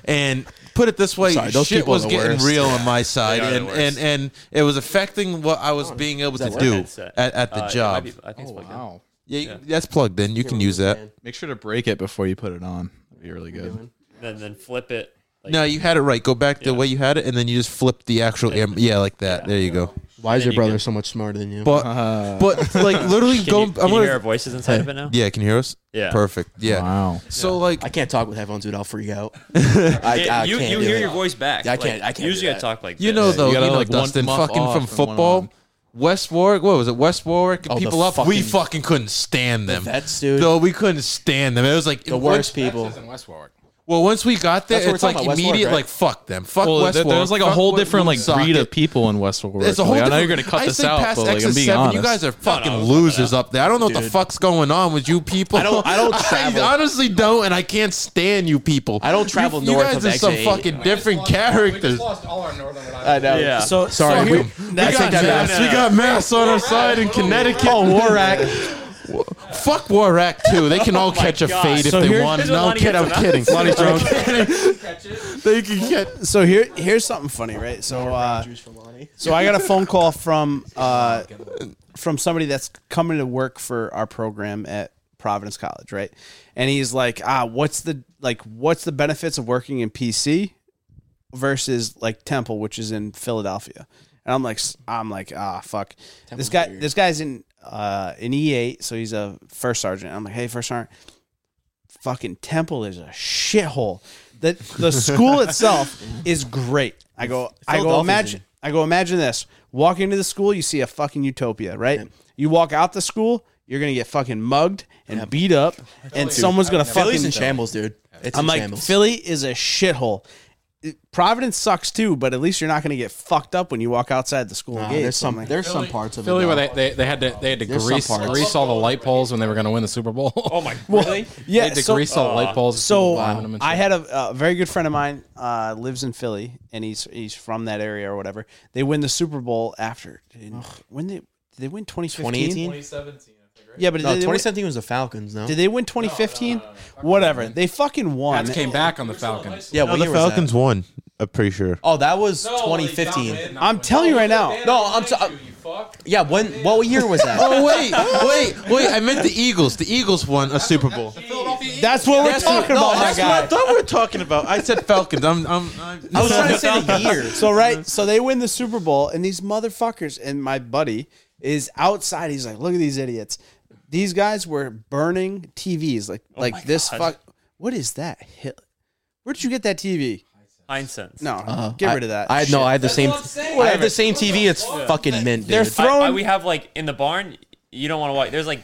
Speaker 2: and put it this way,
Speaker 3: Sorry, those
Speaker 2: shit
Speaker 3: people are
Speaker 2: was
Speaker 3: the
Speaker 2: getting
Speaker 3: worst.
Speaker 2: real on my side,
Speaker 5: They are the
Speaker 2: and, and
Speaker 5: worst.
Speaker 2: and it was affecting what I was being able to
Speaker 5: Work
Speaker 2: do
Speaker 5: headset.
Speaker 2: at, at the
Speaker 5: Uh, it might
Speaker 2: job.
Speaker 5: be- I think it's plugged in.
Speaker 2: yeah, you- that's plugged in. You can use that.
Speaker 9: Make sure to break it before you put it on. That'd be really good.
Speaker 5: Then then flip it. Like,
Speaker 2: No, you had it right. Go back the
Speaker 5: Yeah.
Speaker 2: way you had it, and then you just flip the actual air. Yeah, like that. There you go.
Speaker 3: Why is your
Speaker 5: you
Speaker 3: brother
Speaker 5: get-
Speaker 3: so much smarter than you?
Speaker 2: But but like literally
Speaker 5: Can
Speaker 2: go.
Speaker 5: you,
Speaker 2: I'm
Speaker 5: can you
Speaker 2: gonna.
Speaker 5: hear our voices inside of it now?
Speaker 2: yeah, can you hear us?
Speaker 5: Yeah.
Speaker 2: Perfect. Yeah.
Speaker 9: Wow.
Speaker 2: So like,
Speaker 3: I can't talk with headphones, dude. I'll freak out.
Speaker 5: Yeah,
Speaker 3: I, I
Speaker 5: you
Speaker 3: can't
Speaker 5: you
Speaker 3: do
Speaker 5: hear
Speaker 3: it.
Speaker 5: your voice back.
Speaker 3: I
Speaker 5: Like,
Speaker 3: can't- I can't
Speaker 5: Usually
Speaker 3: do
Speaker 5: I
Speaker 3: that.
Speaker 5: talk like
Speaker 2: You
Speaker 5: this.
Speaker 2: know though, you,
Speaker 9: gotta,
Speaker 2: know
Speaker 9: like, one
Speaker 2: Dustin
Speaker 9: muff
Speaker 2: fucking
Speaker 9: off
Speaker 2: from
Speaker 9: and one
Speaker 2: football,
Speaker 9: on.
Speaker 2: West Warwick. What was it? West Warwick and
Speaker 3: Oh, the
Speaker 2: people up. we
Speaker 3: fucking-
Speaker 2: fucking couldn't stand them.
Speaker 3: vets, dude.
Speaker 2: No, we couldn't stand them. It was like
Speaker 3: The worst people.
Speaker 7: in West Warwick.
Speaker 2: Well, once we got there,
Speaker 3: That's what
Speaker 2: it's
Speaker 3: we're
Speaker 2: like
Speaker 3: talking about, West Warwick,
Speaker 2: immediate.
Speaker 3: right?
Speaker 2: Like fuck them. Fuck
Speaker 9: Well,
Speaker 2: West
Speaker 9: there,
Speaker 2: Warwick.
Speaker 9: there's like a
Speaker 2: fuck
Speaker 9: whole
Speaker 2: Wood-
Speaker 9: different like breed
Speaker 2: Woonsocket.
Speaker 9: of people in Westworld.
Speaker 2: It's a whole
Speaker 9: like, I know
Speaker 2: different-
Speaker 9: you're gonna cut
Speaker 2: I
Speaker 9: this
Speaker 2: think
Speaker 9: out,
Speaker 2: past
Speaker 9: but like, I'm
Speaker 2: exit
Speaker 9: being
Speaker 2: seven,
Speaker 9: honest.
Speaker 2: You guys are fucking
Speaker 5: I'll cut
Speaker 2: losers up there. I don't know what the fuck's going on with you people. I
Speaker 3: don't- I don't travel.
Speaker 2: I honestly don't, and I can't stand you people.
Speaker 3: I don't travel
Speaker 2: you,
Speaker 3: north
Speaker 2: You guys
Speaker 3: of
Speaker 2: are
Speaker 3: exit
Speaker 2: some
Speaker 3: eight.
Speaker 2: fucking different characters.
Speaker 6: lost all our northern Rhode
Speaker 3: I know.
Speaker 5: Yeah.
Speaker 3: So sorry.
Speaker 2: so
Speaker 3: we,
Speaker 2: we-
Speaker 3: I take that back.
Speaker 2: We got Mass on our side in Connecticut. Oh, Warrack. Fuck Warrack too. They
Speaker 5: Oh
Speaker 2: can all catch a
Speaker 5: God.
Speaker 2: fade if
Speaker 4: So
Speaker 2: they
Speaker 4: here's-
Speaker 2: want.
Speaker 5: here's what
Speaker 2: No, I'm
Speaker 5: Lonnie
Speaker 2: kidding. I'm
Speaker 5: gets
Speaker 2: kidding. Lonnie's drunk. They can get.
Speaker 4: so here, here's something funny, right? So, uh, so I got a phone call from uh, from somebody that's coming to work for our program at Providence College, right? And he's like, ah, what's the like, what's the benefits of working in PC versus like Temple, which is in Philadelphia? And I'm like, s- I'm like, ah, fuck. this guy, this guy's in uh in E8, so he's a first sergeant. I'm like, hey, first sergeant, fucking Temple is a shithole. That the school itself is great. I go, I go,
Speaker 3: Philadelphia's
Speaker 4: imagine.
Speaker 3: in-
Speaker 4: I go, imagine this. Walk into the school, you see a fucking utopia, right? You walk out the school, you're gonna get fucking mugged and beat up, and someone's gonna
Speaker 3: Philly's in
Speaker 4: fucking.
Speaker 3: shambles, dude. It's
Speaker 4: I'm
Speaker 3: in
Speaker 4: like,
Speaker 3: shambles.
Speaker 4: Philly is a shithole. It- Providence sucks too, but at least you're not gonna get fucked up when you walk outside the school
Speaker 3: Nah,
Speaker 4: gate.
Speaker 3: there's some. There's some parts of
Speaker 7: Philly,
Speaker 3: it.
Speaker 7: where
Speaker 3: though.
Speaker 7: they, they, they had to they had to
Speaker 3: There's some
Speaker 7: grease,
Speaker 3: parts.
Speaker 7: grease all the light poles when they were going to win the Super Bowl.
Speaker 5: Oh my really?
Speaker 7: they
Speaker 4: yeah,
Speaker 7: had to
Speaker 4: so- uh,
Speaker 7: grease all the light poles.
Speaker 4: So uh,
Speaker 7: people climbing them and
Speaker 4: I
Speaker 7: shit.
Speaker 4: had a, a very good friend of mine uh, lives in Philly, and he's he's from that area or whatever. They win the Super Bowl after didn't- when they did they win 2015?
Speaker 3: 2018.
Speaker 4: Yeah, but
Speaker 3: No,
Speaker 4: did, they win,
Speaker 3: 2017 was the Falcons. No.
Speaker 4: did they win 2015? Whatever, they fucking won.
Speaker 7: Pats came back on the Falcons.
Speaker 3: Yeah, what
Speaker 2: Oh, the
Speaker 3: year was that?
Speaker 2: Falcons won. I'm pretty sure.
Speaker 3: Oh, that was 2015.
Speaker 4: I'm telling you right now.
Speaker 3: No, I'm sorry. Yeah, when? What year was that?
Speaker 2: Oh wait, wait, wait! I meant the Eagles. The Eagles won a Super Bowl.
Speaker 4: That's what we're talking
Speaker 3: no,
Speaker 4: about, my
Speaker 3: that's
Speaker 4: guy.
Speaker 2: I thought we were talking about. I said Falcons. I'm. I'm. I'm
Speaker 3: I was trying to say the year.
Speaker 4: So right, so they win the Super Bowl, and these motherfuckers and my buddy is outside. He's like, "Look at these idiots! These guys were burning TVs like
Speaker 3: Oh
Speaker 4: like this
Speaker 5: God.
Speaker 4: fuck. What is that? Hi- Where did you get that TV?
Speaker 5: Hindsight.
Speaker 4: No, get
Speaker 3: Uh-huh. I-
Speaker 4: rid of that.
Speaker 3: I
Speaker 4: shit.
Speaker 3: no, I have the same. I have the same TV. It's fucking mint,
Speaker 4: They're
Speaker 3: dude.
Speaker 5: I-
Speaker 4: throwing-
Speaker 5: I- we have like in the barn. You don't want to watch. There's like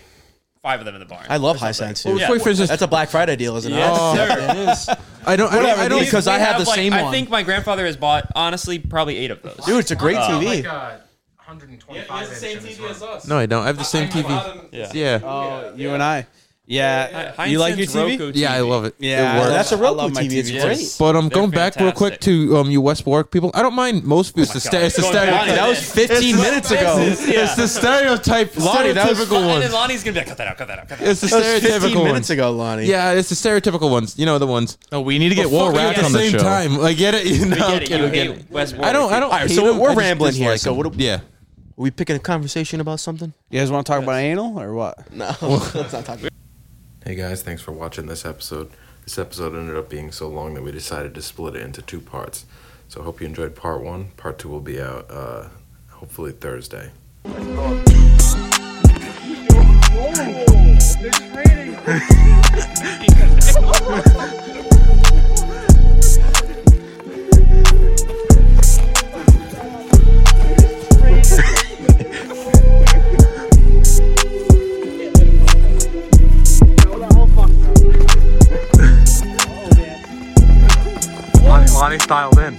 Speaker 5: five of them in the barn.
Speaker 3: I love high science, dude.
Speaker 5: Yeah.
Speaker 3: That's a Black Friday deal, isn't it?
Speaker 5: Yes,
Speaker 3: Oh,
Speaker 5: sir.
Speaker 3: yeah, it is.
Speaker 2: I don't. I don't. I don't
Speaker 3: Because
Speaker 5: We
Speaker 3: I have the
Speaker 5: like,
Speaker 3: same
Speaker 5: I
Speaker 3: one.
Speaker 5: think my grandfather has bought honestly probably eight of those.
Speaker 3: Dude, it's a great TV.
Speaker 6: Like, uh, 125 inch in his room.
Speaker 2: no, I don't. I have the same TV.
Speaker 5: Yeah.
Speaker 2: Yeah.
Speaker 4: Oh, you and I. Yeah,
Speaker 5: Hi-
Speaker 4: you like your
Speaker 5: Hisense
Speaker 4: TV?
Speaker 5: Roku
Speaker 2: Yeah, I love it.
Speaker 4: Yeah,
Speaker 2: It works.
Speaker 3: that's a
Speaker 4: I
Speaker 3: Roku
Speaker 4: love my
Speaker 3: TV. It's
Speaker 4: TVs.
Speaker 3: great.
Speaker 2: But um,
Speaker 5: They're
Speaker 2: going back real quick to um, you West Warwick people, I don't mind most views. the sta-
Speaker 5: Oh God.
Speaker 2: it's the
Speaker 5: Going
Speaker 2: stereotype.
Speaker 5: Lonnie,
Speaker 3: That was 15 minutes ago.
Speaker 5: Yeah.
Speaker 2: It's the stereotype.
Speaker 7: Lonnie, that was
Speaker 2: stereotypical
Speaker 5: And then
Speaker 2: ones.
Speaker 5: Lonnie's gonna be like, cut that out, cut that out, cut that out.
Speaker 2: It's the
Speaker 3: That was 15
Speaker 2: stereotypical
Speaker 3: minutes
Speaker 2: ones.
Speaker 3: ago, Lonnie.
Speaker 2: Yeah, it's the stereotypical ones. You know the ones.
Speaker 9: Oh, we need to get
Speaker 2: But fuck
Speaker 9: War
Speaker 2: it
Speaker 9: Rack
Speaker 2: at
Speaker 9: on
Speaker 2: the
Speaker 9: the
Speaker 2: same
Speaker 9: show.
Speaker 2: time. Like, get it? You know,
Speaker 5: get it.
Speaker 2: get
Speaker 5: You
Speaker 2: it, get
Speaker 5: hate
Speaker 2: it.
Speaker 5: West
Speaker 2: I don't. I don't.
Speaker 3: All right,
Speaker 2: hate
Speaker 3: so
Speaker 2: them.
Speaker 3: we're
Speaker 2: I just
Speaker 3: rambling here,
Speaker 2: dislike
Speaker 3: so
Speaker 2: them.
Speaker 3: what do-
Speaker 2: yeah.
Speaker 3: Are we picking a conversation about something?
Speaker 4: You guys want to talk about anal or what?
Speaker 3: No. Let's not talk.
Speaker 10: Hey guys, thanks for watching this episode. This episode ended up being so long that we decided to split it into two parts. So I hope you enjoyed part one. Part two will be out uh, hopefully Thursday.
Speaker 7: Lonnie, Lonnie styled in.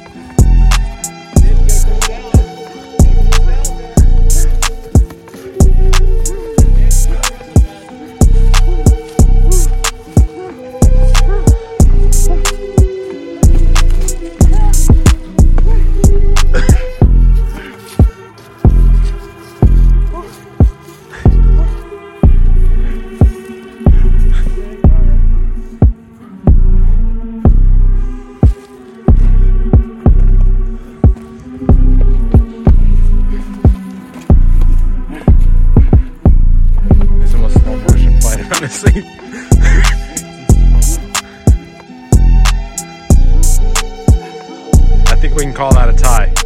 Speaker 5: sing. I think we can call that a tie.